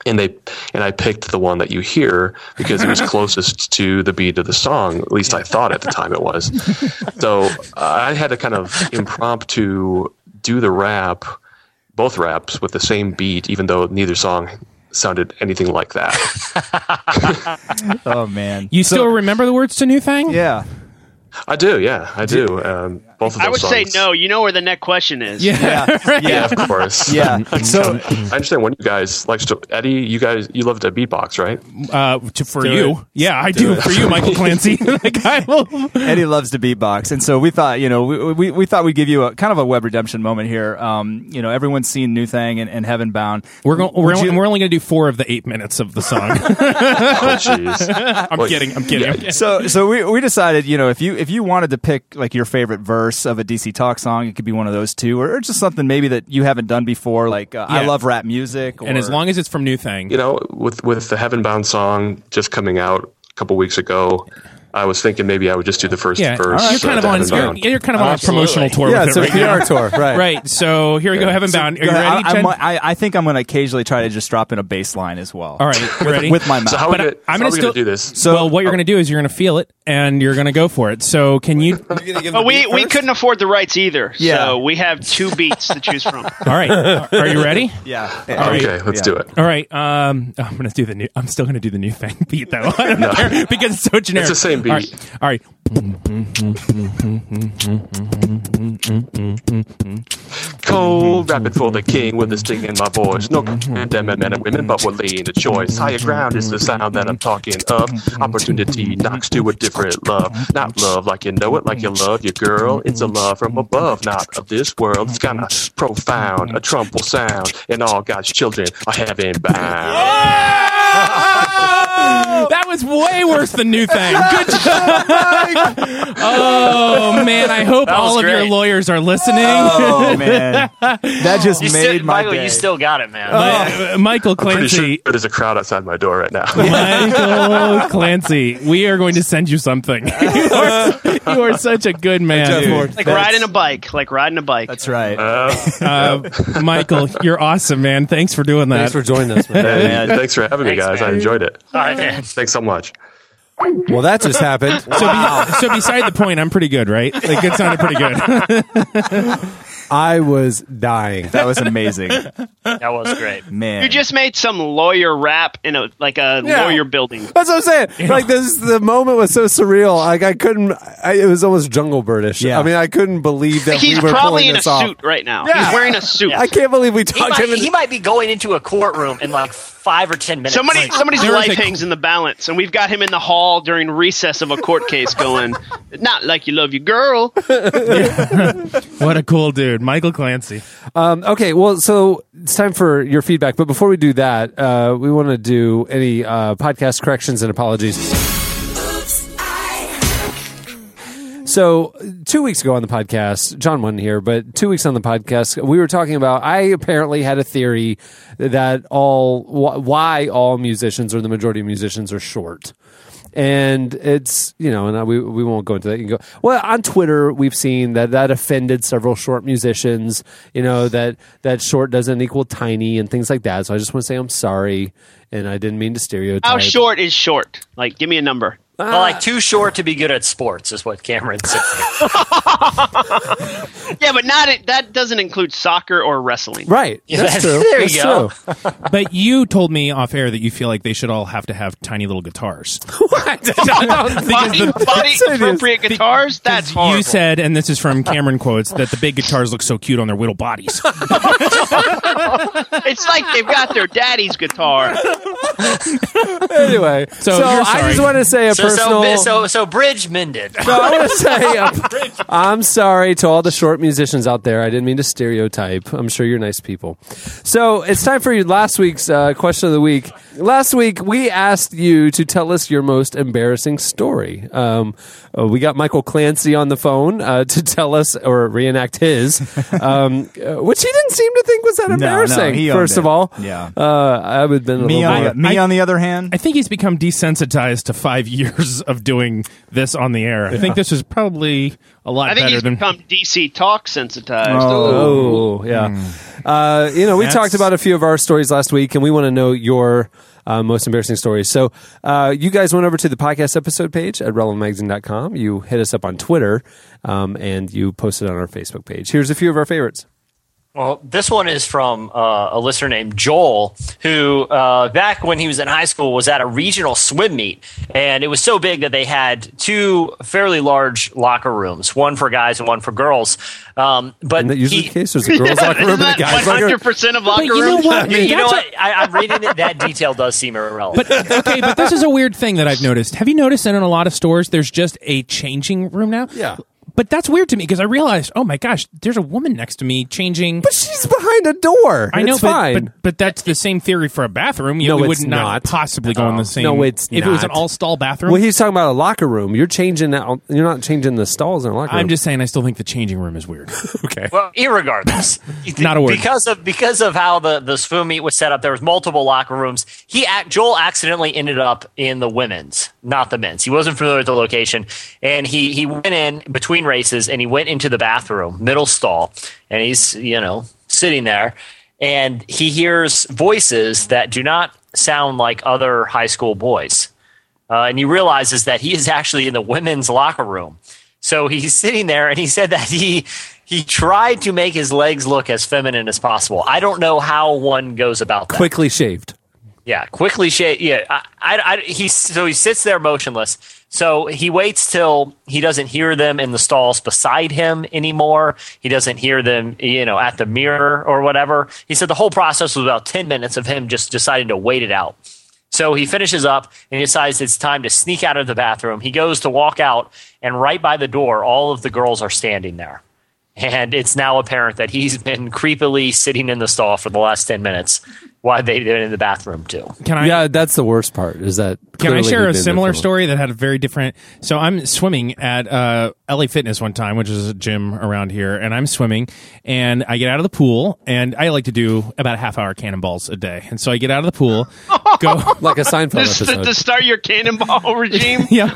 S11: And they and I picked the one that you hear because
S4: <laughs>
S11: it was closest to the beat of the song. At least I thought at the time it was. So uh, I had to kind of impromptu do the rap, both raps with the same beat, even though neither song sounded anything like that.
S7: oh
S9: <laughs>
S7: man,
S5: You still remember the words to New Thing?
S7: Yeah.
S11: I do. Yeah, I do. Um, both of those
S4: I would
S11: songs.
S4: say no. You know where the next question
S9: <laughs>
S4: is.
S11: yeah, of course.
S7: Yeah.
S11: So I understand one of you guys likes to Eddie. You guys, you love to beatbox, right?
S5: Uh, to, for
S11: Do
S5: you,
S11: it.
S5: yeah, I
S11: Do
S5: do,
S11: it.
S5: for you, Michael
S11: <laughs>
S5: Clancy. <laughs> like I will.
S7: Eddie loves to beatbox, and so we thought, you know, we, we, we thought we'd give you a kind of a web redemption moment here. Um, you know, everyone's seen New Thing and, and Heaven Bound.
S5: We're going.
S7: Would
S5: We're, only-
S7: you-
S5: we're only going to do four of the eight minutes of the song. <laughs>
S11: Oh,
S5: I'm
S7: Well,
S5: kidding. I'm kidding. I'm kidding.
S7: so so we, we decided you know if you if you wanted to pick like your favorite verse of a DC Talk song it could be one of those two or, or just something maybe that you haven't done before like uh, I
S11: Yeah.
S7: love rap music or,
S5: and as long as it's from New Thing,
S11: You know, with with the Heaven Bound song just coming out a couple weeks ago, I was thinking maybe I would just do the first
S5: yeah,
S11: verse.
S5: you're kind of
S11: uh, to
S5: on.
S11: Heaven
S5: You're,
S11: Bound.
S5: you're kind of on a Oh, promotional tour. with it right now. <laughs> Right. So here we go. Heaven
S7: So,
S5: bound. Are you
S7: uh, I-
S5: ready?
S7: I'm-
S5: Jen?
S7: I, I think I'm going to occasionally try to just drop in a bass line as well.
S5: All right, you
S7: with,
S5: ready?
S7: with my uh, mouth.
S5: But I- I'm gonna still So, well, what you're going to do is you're going to feel it and you're going to go for it. So, can
S11: <laughs>
S5: you? Uh,
S4: But we, we couldn't afford the rights either.
S5: Yeah.
S4: So we have two beats to choose from.
S5: All
S6: <laughs>
S5: right. Are you ready?
S7: Yeah.
S5: All right.
S11: Okay, let's do it.
S5: All right. Um, I'm going to do the new. I'm still going to do the new thing <laughs> beat though. I don't care <laughs> because it's so generic.
S11: It's the same
S5: All right.
S11: beat.
S5: All right. <laughs>
S11: Cold rapid for the king with a sting in my voice. No condemning men and women, but we're laying the choice. Higher ground is the sound that I'm talking of. Opportunity knocks to a different love. Not love like you know it, like you love your girl. It's a love from above, not of this world. It's kinda profound, a trumple sound, and all God's children are heaven bound.
S5: That was way worse than new thing.
S11: <laughs>
S5: Good job. oh man, I hope
S6: That was
S5: all of your
S6: great.
S5: lawyers are listening.
S7: <laughs>
S6: Oh, man.
S7: that
S6: You still, Michael, you still got it, man.
S5: Mi- Uh, Michael
S11: Pretty
S5: Clancy.
S11: sure there's a crowd outside my door right now. <laughs>
S5: Michael Clancy, we are going to send you something. <laughs> you, are, you are such a good man.
S4: like riding a bike. Like riding a bike. That's
S7: right.
S5: Uh, Michael, you're awesome, man. Thanks for doing that.
S4: Thanks for joining us, man.
S11: Hey, thanks for having me, guys. I enjoyed it.
S6: All right, <laughs> man.
S11: Thanks so much.
S5: Well, that just happened. So, be, so beside the point, I'm pretty good, right? Like it sounded pretty good.
S3: <laughs> I was dying.
S7: That was amazing.
S6: That was great.
S7: Man.
S4: You just made some lawyer rap in a like a
S3: Yeah.
S4: lawyer building.
S3: That's what I'm saying. Like this, the moment was so surreal. Like I couldn't. I, it was almost jungle birdish. Yeah. I mean, I couldn't believe that
S4: He's
S3: we were
S4: probably
S3: pulling
S4: in a
S3: this off.
S4: suit right now.
S3: Yeah.
S4: He's wearing a suit.
S3: I can't believe we talked
S6: he,
S3: him.
S6: might, he might be going into a courtroom in like five or ten minutes.
S4: Somebody,
S6: Like,
S4: somebody's life hangs in the balance, and we've got him in the hall during recess of a court case, going, <laughs> "Not like you love your girl."
S5: <laughs> what a cool dude, Michael Clancy.
S3: Um, okay, well, so it's time for your feedback. But before we do that, uh, we want to do any uh, podcast corrections and apologies. So two weeks ago on the podcast, John wasn't here, but two weeks on the podcast, we were talking about. I apparently had a theory that all wh- why all musicians or the majority of musicians are short, and it's you know, and I, we we won't go into that. You can go well on Twitter. We've seen that that offended several short musicians. You know that that short doesn't equal tiny and things like
S4: Oh,
S3: that. So I just want to say I'm sorry, and I didn't mean to stereotype.
S4: How short is short? Like, give me a number.
S6: Well, like too short to be good at sports is what Cameron said.
S4: yeah, but not it, that doesn't include soccer or wrestling.
S3: Right.
S4: Yeah, That's that's- true. there you go.
S3: <laughs>
S5: but you told me off air that you feel like they should all have to have tiny little guitars.
S3: <laughs>
S4: body, body appropriate guitars. That's horrible.
S5: You said, and this is from Cameron quotes, that the big guitars look so cute on their little bodies.
S4: it's like they've got their daddy's guitar.
S7: <laughs>
S3: anyway, so, I just want to say a
S6: so,
S3: personal.
S6: So,
S3: <laughs>
S6: so, so bridge mended.
S3: So I want to say, a, I'm sorry to all the short musicians out there. I didn't mean to stereotype. I'm sure you're nice people. So it's time for your last week's uh, question of the week. Last week we asked you to tell us your most embarrassing story. Um, uh, we got Michael Clancy on the phone uh, <laughs> to tell us or reenact his, um, uh, which he didn't seem to think was that
S7: No, no,
S3: embarrassing.
S7: he owned
S3: first of
S7: it.
S3: all,
S7: Yeah.
S3: uh, I would have been a
S7: Me
S3: little
S7: on
S3: more-
S7: the- me on the other hand,
S5: I think he's become desensitized to five years of doing this on the air. I
S4: Yeah.
S5: think this is probably a lot
S4: I think
S5: better
S4: he's
S5: than
S4: become DC talk sensitized.
S3: Oh, yeah.
S5: Hmm.
S3: Uh, you know, we
S4: That's-
S3: talked about a few of our stories last week, and we want to know your uh, most embarrassing stories. So, uh, you guys went over to the podcast episode page at relevantmagazine.com. You hit us up on Twitter, um, and you posted on our Facebook page. Here's a few of our favorites.
S6: Well, this one is from uh, a listener named Joel, who uh, back when he was in high school was at a regional swim meet, and it was so big that they had two fairly large locker rooms, one for guys and one for girls. Um, but
S3: And that usually
S6: he-
S3: the case. There's a girls' locker room and a guys' locker room.
S4: 100% of
S5: locker you know rooms? what?
S6: You, you know
S5: That's a-
S6: what? I, I'm reading it. That detail does seem irrelevant.
S5: But okay, but this is a weird thing that I've noticed. Have you noticed that in a lot of stores there's just a changing room now? Yeah. But that's weird to me because I realized, oh my gosh, there's a woman next to me changing. But
S3: she's behind a door.
S5: I know,
S3: It's
S5: but,
S3: fine.
S5: But, but that's the same theory for a bathroom. You
S3: No,
S5: we would
S3: it's
S5: not,
S3: not.
S5: possibly go in the same.
S3: No, it's
S5: if it was an
S3: not.
S5: all stall bathroom.
S3: Well, he's talking about a locker room. You're changing out. You're not changing the stalls in a locker room.
S5: I'm just saying, I still think the changing room
S3: <laughs>
S5: is weird. okay.
S6: Well, irregardless,
S5: Not a word.
S6: because of because of how the the swim meet was set up. There was multiple locker rooms. He ac- Joel accidentally ended up in the women's, not the men's. He wasn't familiar with the location, and he he went in between races and he went into the bathroom, middle stall, and he's you know sitting there, and he hears voices that do not sound like other high school boys uh, and he realizes that he is actually in the women's locker room. So he's sitting there, and he said that he he tried to make his legs look as feminine as possible. I don't know how one goes about that.
S3: quickly shaved.
S6: Yeah, quickly shake. Yeah, I, I, I, he so he sits there motionless. So he waits till he doesn't hear them in the stalls beside him anymore. He doesn't hear them, you know, at the mirror or whatever. He said the whole process was about ten minutes of him just deciding to wait it out. So he finishes up and he decides it's time to sneak out of the bathroom. He goes to walk out, and right by the door, all of the girls are standing there. And it's now apparent that he's been creepily sitting in the stall for the last 10 minutes while they've been in the bathroom, too.
S5: Can I?
S3: Yeah, that's the worst part. Is that
S5: Can I
S3: clearly
S5: share
S3: we've
S5: a
S3: been
S5: similar
S3: with them.
S5: story that had a very different? So I'm swimming at uh, LA Fitness one time, which is a gym around here, and I'm swimming, and I get out of the pool, and I like to do about a half hour cannonballs a day, and so I get out of the pool, go <laughs>
S3: like a Seinfeld
S4: Just to, to start your cannonball <laughs> regime.
S5: <laughs> yeah.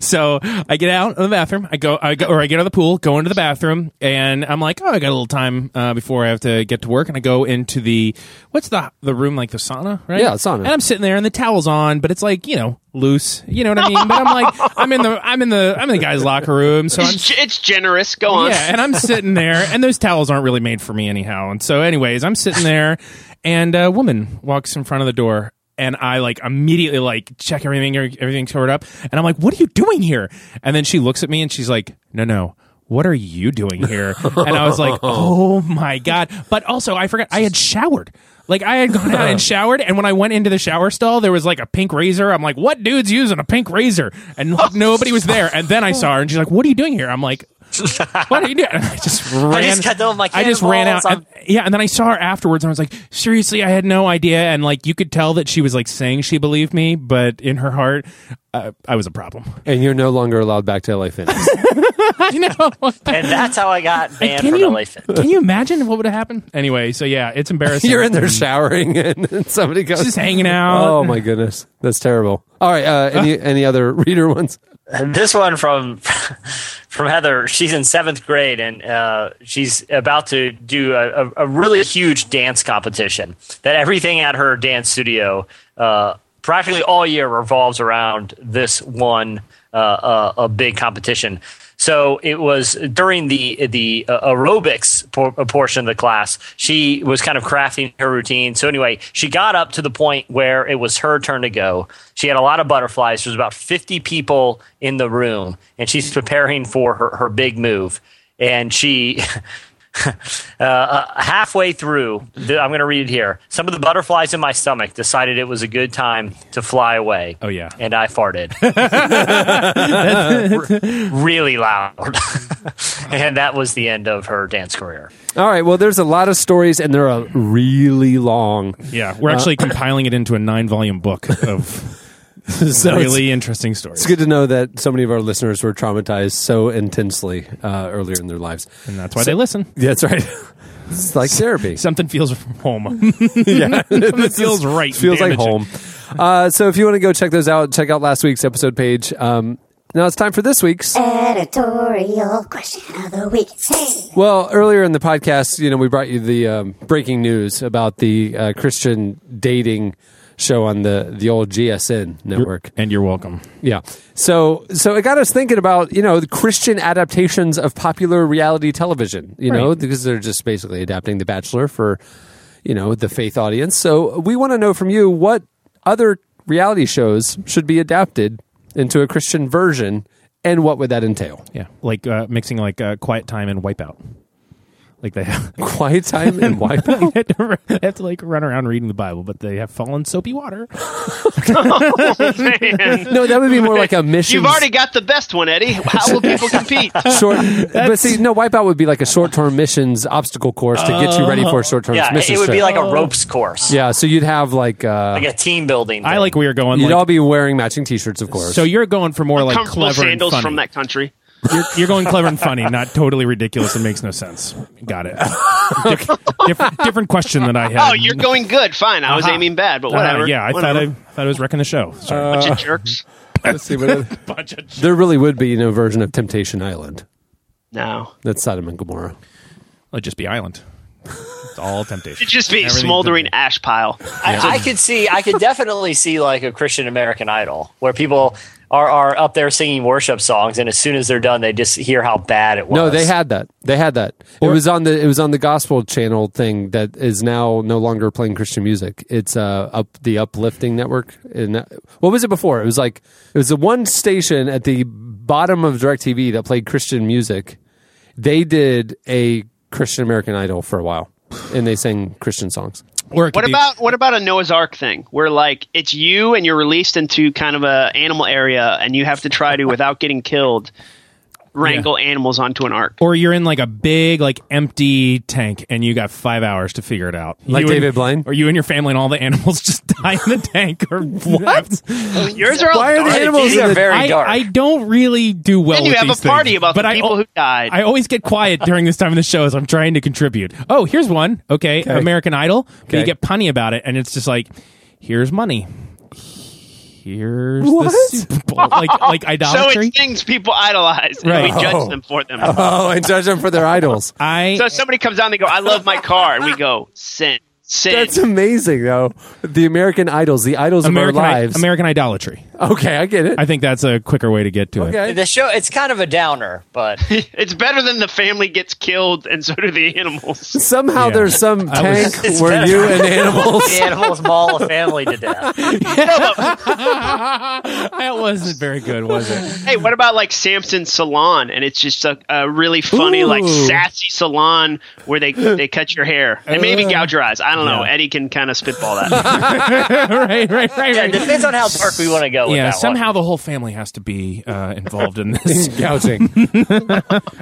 S5: so I get out of the bathroom. I go, I go, or I get out of the pool, go into the bathroom, and I'm like, oh, I got a little time uh, before I have to get to work, and I go into the what's the the room like the sauna, right?
S3: Yeah, sauna.
S5: And I'm sitting there, and the towel's on, but it's like you know loose, you know what I mean? But I'm like, I'm in the I'm in the I'm in the guy's locker room, so I'm
S4: it's, ge- it's generous. Go on.
S5: yeah, and I'm sitting there, and those towels aren't really made for me anyhow. And so, anyways, I'm sitting there, and a woman walks in front of the door, and I like immediately like check everything, everything's covered up, and I'm like, "What are you doing here?" And then she looks at me, and she's like, "No, no." What are you doing here? And I was like, oh my God. But also, I forgot I had showered. Like, I had gone out and showered. And when I went into the shower stall, there was like a pink razor. I'm like, what dude's using a pink razor? And like, nobody was there. And then I saw her and she's like, what are you doing here? I'm like, what are you doing? And I just ran.
S6: I just got done with my
S5: I just ran out.
S6: cannonballs.
S5: And, yeah, and then I saw her afterwards, and I was like, seriously, I had no idea. And like, you could tell that she was like saying she believed me, but in her heart, uh, I was a problem. <laughs>
S3: And you're no longer allowed back to LA Fitness. <laughs>
S5: I know.
S6: and that's how I got banned
S5: can
S6: from
S5: you-
S6: LA Fitness.
S5: Can you imagine what would have happened? Anyway, so yeah, it's
S3: <laughs>
S5: embarrassing.
S3: You're in there showering, <laughs> and then somebody goes
S5: Just hanging out.
S3: Oh my goodness, that's terrible. All right, uh, <laughs> any any other reader ones?
S6: And this one from from Heather. She's in seventh grade, and uh, she's about to do a, a, a really huge dance competition that everything at her dance studio uh, practically all year revolves around this one uh, uh, a big competition. So it was during the the uh, aerobics por- uh, portion of the class. She was kind of crafting her routine. So anyway, she got up to the point where it was her turn to go. She had a lot of butterflies. There was about fifty people in the room, and she's preparing for her, her big move. And she <laughs> uh, halfway through, th- I'm going to read it here. Some of the butterflies in my stomach decided it was a good time to fly away. Oh yeah, and I farted Re-
S5: <laughs>
S6: really loud, and that was the end of her dance career.
S3: All right. Well, there's a lot of stories, and they're uh, really long.
S5: Yeah, we're actually compiling it into a nine-volume book of really interesting stories.
S3: It's good to know that so many of our listeners were traumatized so intensely uh, earlier in their lives, and
S5: that's why they listen.
S3: Yeah, that's right. it's like <laughs> therapy.
S5: Something feels home.
S3: <laughs>
S5: <laughs>
S3: yeah,
S5: Something feels right.
S3: Feels like
S5: Damaging.
S3: home. Uh, so if you want to go check those out, check out last week's episode page. Um, now it's time for this week's.
S2: Editorial question of the week.
S3: Well, earlier in the podcast, you know, we brought you the um, breaking news about the uh, Christian dating show on the the old GSN network.
S5: and you're welcome.
S3: Yeah. So so it got us thinking about, you know, the Christian adaptations of popular reality television, you know,
S5: Right.
S3: because they're just basically adapting The Bachelor for, you know, the faith audience. So we want to know from you what other reality shows should be adapted into a Christian version and what would that entail? <laughs>
S5: Yeah, like uh, mixing like uh, Quiet Time and Wipeout. Like they have
S3: Quiet Time
S6: <laughs>
S3: and Wipeout.
S5: <laughs> they, have to, run- they have to, like run around reading the Bible, but they have fallen soapy water.
S3: No, that would be more like a mission.
S4: You've already got the best one, Eddie. How
S5: <laughs>
S4: will people compete?
S3: <laughs> short. but see, no, wipeout would be like a short-term missions obstacle course to get you ready for a short-term
S6: Uh-huh. Yeah,
S3: missions.
S6: it would be like
S3: trip.
S6: a ropes course,
S3: Yeah, so you'd have like uh,
S6: like a team building.
S3: I
S5: like we are going.
S3: You'd
S5: like-
S3: all be wearing matching T-shirts, of course.
S5: So you're going for more like
S4: Comfortable
S5: clever and
S4: sandals
S5: funny.
S4: from that
S3: Uh,
S4: country.
S5: <laughs> you're, you're going clever and funny, not totally ridiculous and makes no sense. Got it. Diff- different, different question than I had.
S4: <laughs> Oh, you're going good. Fine. I was
S5: Uh-huh.
S4: aiming bad, but
S5: Uh,
S4: whatever.
S5: yeah, I
S4: whatever.
S5: thought I uh, thought I was wrecking the show. Sorry.
S3: Uh,
S4: <laughs> Bunch of jerks.
S3: Let's see what it- <laughs> there really would be no version of Temptation Island.
S5: <laughs>
S4: No,
S3: that's Sodom and Gomorrah.
S5: It'd just be Island. It's all temptation.
S4: It'd just be
S5: Everything's
S4: smoldering ash pile.
S6: I, I could see, I could definitely see like a Christian American Idol where people are, are up there singing worship songs, and as soon as they're done, they just hear how bad it was.
S3: No, they had that. They had that. it was on the it was on the gospel channel thing that is now no longer playing Christian music. It's uh up the uplifting network. And that- what was it before? It was like it was the one station at the bottom of DirecTV that played Christian music. They did a Christian American Idol for a while, and they sang Christian songs.
S5: Or
S4: What about what about a Noah's Ark thing where like it's you and you're released into kind of a animal area and you have to try to without getting killed wrangle animals onto an ark.
S5: Or you're in like a big, like empty tank, and you got five hours to figure it out.
S3: Like
S5: You and-
S3: David Blaine?
S5: or you and your family and all the animals <laughs> just die in the tank,
S4: <laughs>
S5: or what?
S4: Yours are all
S5: Why are the
S4: dark.
S5: animals in the- I- I don't really do well.
S4: Then you
S5: with
S4: have
S5: these
S4: a party
S5: things,
S4: about
S5: but
S4: the
S5: I
S4: people
S5: al-
S4: who died.
S5: I always get quiet during this time of the show as I'm trying to contribute. Oh, here's one. Okay,
S4: Okay.
S5: American Idol. But you
S4: Okay.
S5: get punny about it, and it's just like, here's money. Here's
S4: What?
S5: the Super Bowl. like like
S4: <laughs> So
S5: idolatry.
S4: it's things people idolize and we
S5: Right.
S4: judge
S5: Oh.
S4: them for them.
S3: Oh, and judge them for their idols.
S5: I
S4: So somebody comes out and they go, I love my car and we go, sin. Sin.
S3: That's amazing, though. The American Idols, the idols
S5: American
S3: of
S5: i-
S3: our lives.
S5: American idolatry.
S3: Okay, I get it.
S5: I think that's a quicker way to get to it.
S6: The show, it's kind of a downer,
S5: <laughs>
S6: but
S4: <laughs> it's better than the family gets killed and so do the animals.
S3: Somehow
S5: Yeah.
S3: there's some
S5: I was- <laughs>
S3: tank where you and animals.
S6: the animals maul a family to death.
S5: that wasn't very good, was it? <laughs>
S4: Hey, what about like Samson's salon? And it's just a, a really funny, like
S5: Ooh.
S4: sassy salon
S5: <laughs>
S4: where they they cut your hair and maybe
S5: Uh.
S4: gouge your eyes. I don't know. Eddie can kind of
S5: <laughs>
S4: spitball that.
S5: right, right, right, right.
S6: Yeah, it depends on how dark we want to go with
S5: yeah,
S6: that one.
S5: somehow the whole family has to be uh, involved in this <laughs>
S3: gouging,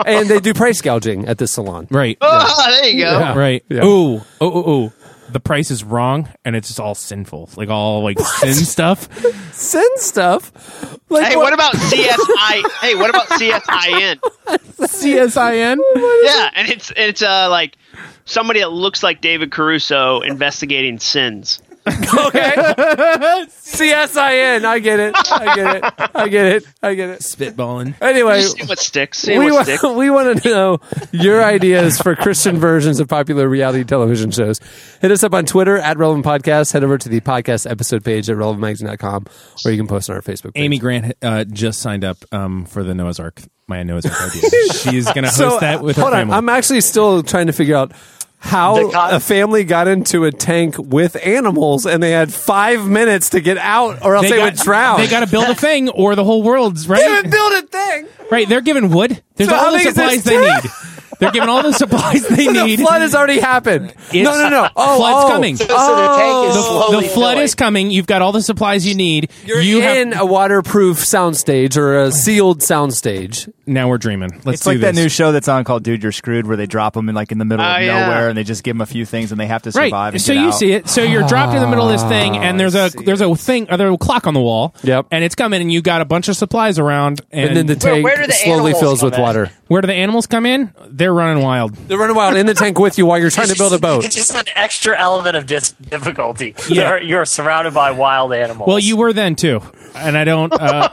S3: and they do price gouging at this salon.
S5: Right.
S4: oh, there you go.
S5: Yeah, right.
S3: Yeah.
S5: Ooh, oh, oh, oh. The price is wrong, and it's just all sinful, like all like sin stuff.
S3: Sin stuff. Like
S4: hey, what, about CSI? hey, what about CSIN? <laughs>
S5: CSIN?
S4: Yeah, and it's it's uh like somebody that looks like David Caruso investigating sins.
S3: okay. <laughs> CSIN. I get it. I get it. I get it. I get it.
S5: Spitballing.
S3: Anyway,
S4: Just see what sticks. See
S3: we,
S4: what
S3: wa- <laughs>
S4: sticks.
S3: we want to know your ideas for Christian versions of popular reality television shows. Hit us up on Twitter at Relevant Podcast. Head over to the podcast episode page at relevantmagazine.com or you can post on our Facebook page.
S5: Amy Grant uh, just signed up um, for the Noah's Ark, my Noah's Ark
S3: <laughs>
S5: idea. She's going to host
S3: So,
S5: that with her
S3: hold on.
S5: family.
S3: I'm actually still trying to figure out how
S5: The con-
S3: a family got into a tank with animals and they had five minutes to get out or else they,
S5: got-
S3: would drown.
S5: They got to build a thing, or the whole world's right.
S3: They would build a thing.
S5: Right, they're given wood. There's
S3: So how
S5: all the
S3: big is this
S5: supplies they
S3: tent?
S5: need. They're given all the supplies they
S3: So <laughs> the
S5: need.
S3: flood has already happened.
S5: It's-
S3: No, no, no. Oh,
S5: flood's
S3: oh.
S5: coming.
S3: So- so the tank is
S5: Oh, The- the,
S3: slowly
S5: flood
S3: filling.
S5: is coming. You've got all the supplies you need.
S3: You're
S5: you have
S3: in a waterproof soundstage or <sighs> a sealed soundstage.
S5: Now we're dreaming.
S3: Let's
S7: it's like that new show that's on called Dude You're Screwed, where they drop them in like in the middle
S5: Oh,
S7: of
S5: yeah.
S7: nowhere, and they just give them a few things, and they have to survive.
S5: Right.
S7: and
S5: So
S7: get
S5: you
S7: out.
S5: see it. So you're dropped in the middle of this thing, and there's
S3: Ah,
S5: a there's a thing, or there's a clock on the wall. Yep. And it's coming, and you got a bunch of supplies around,
S3: And
S5: and,
S3: then the Where- tank where do the slowly animals fills come with in? water.
S5: Where do the animals come in? They're running wild.
S3: They're running wild in the tank with you while you're trying to build a boat.
S6: It's just an extra element of dis- difficulty.
S5: Yeah.
S6: You're, you're surrounded by wild animals.
S5: Well, you were then too, and I don't. Uh,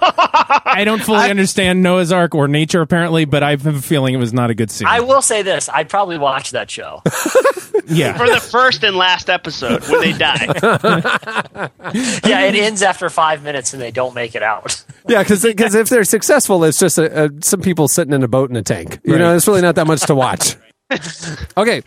S5: I don't fully understand Noah's Ark or nature apparently, but I have a feeling it was not a good scene.
S6: I will say this: I'd probably watch that
S3: <laughs>
S6: show.
S5: yeah.
S4: For the first and last episode when they die. <laughs>
S6: yeah, it ends after five minutes and they don't make it out.
S3: Yeah, because if they're successful, it's just a, a, some people sitting in a boat in a tank. You know, it's really not that much to
S5: <laughs>
S3: watch. okay.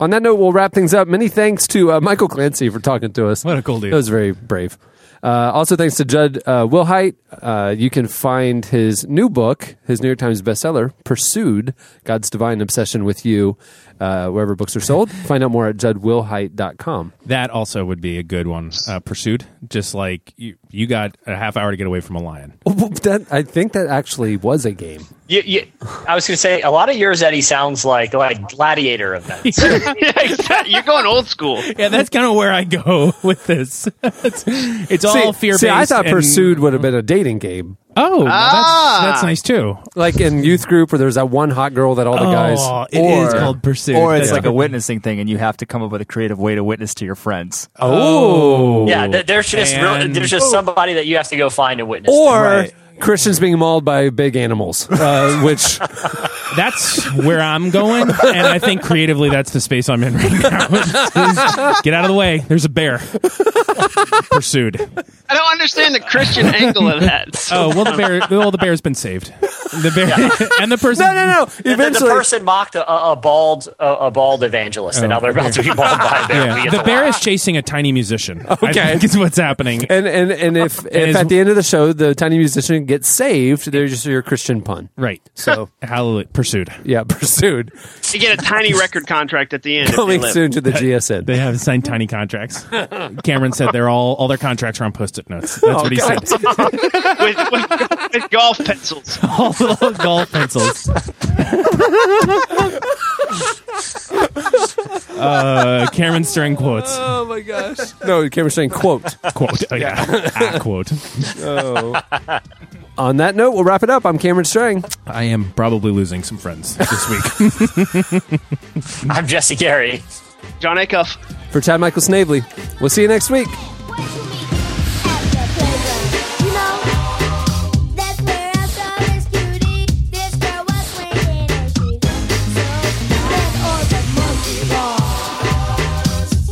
S3: On that note, we'll wrap things up. Many thanks to uh, Michael Clancy for talking to us. What
S5: a cool dude.
S3: That was very brave. Uh, also, thanks to Judd uh, Wilhite. Uh, you can find his new book, his New York Times bestseller, Pursued God's Divine Obsession with You, uh, wherever books are sold. Find out more at
S5: <laughs>
S3: juddwilhite.com.
S5: That also would be a good one. Uh, pursued, just like you, you got a half hour to get away from a lion.
S3: That, I think that actually was a game.
S6: You, you, I was going to say a lot of yours, Eddie, sounds like like gladiator events.
S4: You're going old school.
S5: Yeah, that's kind of where I go <laughs> with this. it's it's all fear based.
S3: See, I thought Pursued would have been a dating game.
S5: Oh, well, that's-
S3: Ah.
S5: that's nice too.
S3: Like in youth group where there's that one hot girl that all
S5: Oh,
S3: the guys.
S7: Or it's like a witnessing thing, and you have to come up with a creative way to witness to your friends.
S3: <laughs> Oh.
S6: yeah, th- there's just real, there's just somebody that you have to go find and witness.
S3: Or Christians being mauled by big animals, uh,
S5: <laughs>
S3: which
S5: that's where I'm going, and I think creatively that's the space I'm in right now. <laughs> Just Get out of the way. There's a bear. Pursued.
S4: I don't understand the Christian angle of that.
S5: Oh well, the bear. Well, the bear's been saved. The bear <laughs> and the person.
S3: No, no, no.
S6: And then the person mocked a, a a bald a, a bald evangelist,
S3: Oh.
S6: and now they're about to be
S3: <laughs>
S6: mauled by a bear. We
S5: Yeah.
S6: get
S5: The
S6: the-
S5: bear is chasing a tiny musician.
S3: Okay.
S5: I think is what's happening.
S3: and and and if, if
S5: is-
S3: at the end of the show the tiny musician gets saved, they're just your Christian pun.
S5: Right.
S3: So
S5: hallelujah. Pursued.
S3: Yeah, <laughs> pursued.
S4: You get a tiny record contract at the end. if they live.
S3: GSN.
S5: They have signed tiny <laughs> contracts. Cameron said they're all all their contracts are on post-it notes. That's what he said. <laughs>
S4: with, with, with golf pencils.
S5: All little golf <laughs> pencils. Uh, Cameron Stern <laughs> quotes.
S3: Oh my gosh. No, Cameron's saying quote.
S5: Quote. Oh, yeah. Ah, quote.
S3: Oh. On that note, we'll wrap it up. I'm Cameron Strang.
S5: <laughs> I am probably losing some friends this week.
S6: I'm Jesse Gary.
S4: John Acuff.
S3: For Chad Michael Snavely. We'll see you next week.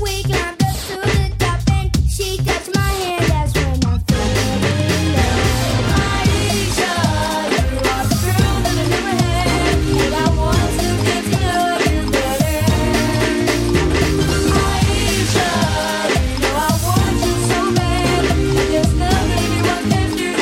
S9: We climbed up to the top and she touched my hand. That's when I fell in love. My desire was through that I never had, and I want to get to know you better. My desire, know I want you so bad, and there's nothing you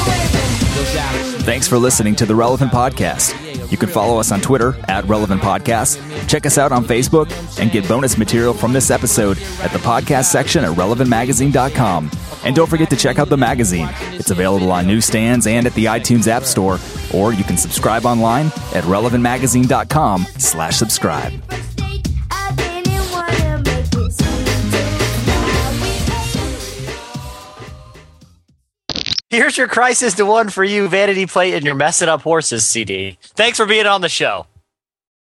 S9: want left to
S1: Thanks for listening to the Relevant Podcast. You can follow us on Twitter at Relevant Podcast, check us out on Facebook, and get bonus material from this episode at the podcast section at relevantmagazine.com. And don't forget to check out the magazine. It's available on newsstands and at the iTunes App Store, or you can subscribe online at relevantmagazine.com slash subscribe.
S9: didn't wanna make it
S6: Here's your crisis to one for you, vanity plate, and your messing up horses CD. Thanks for being on the show.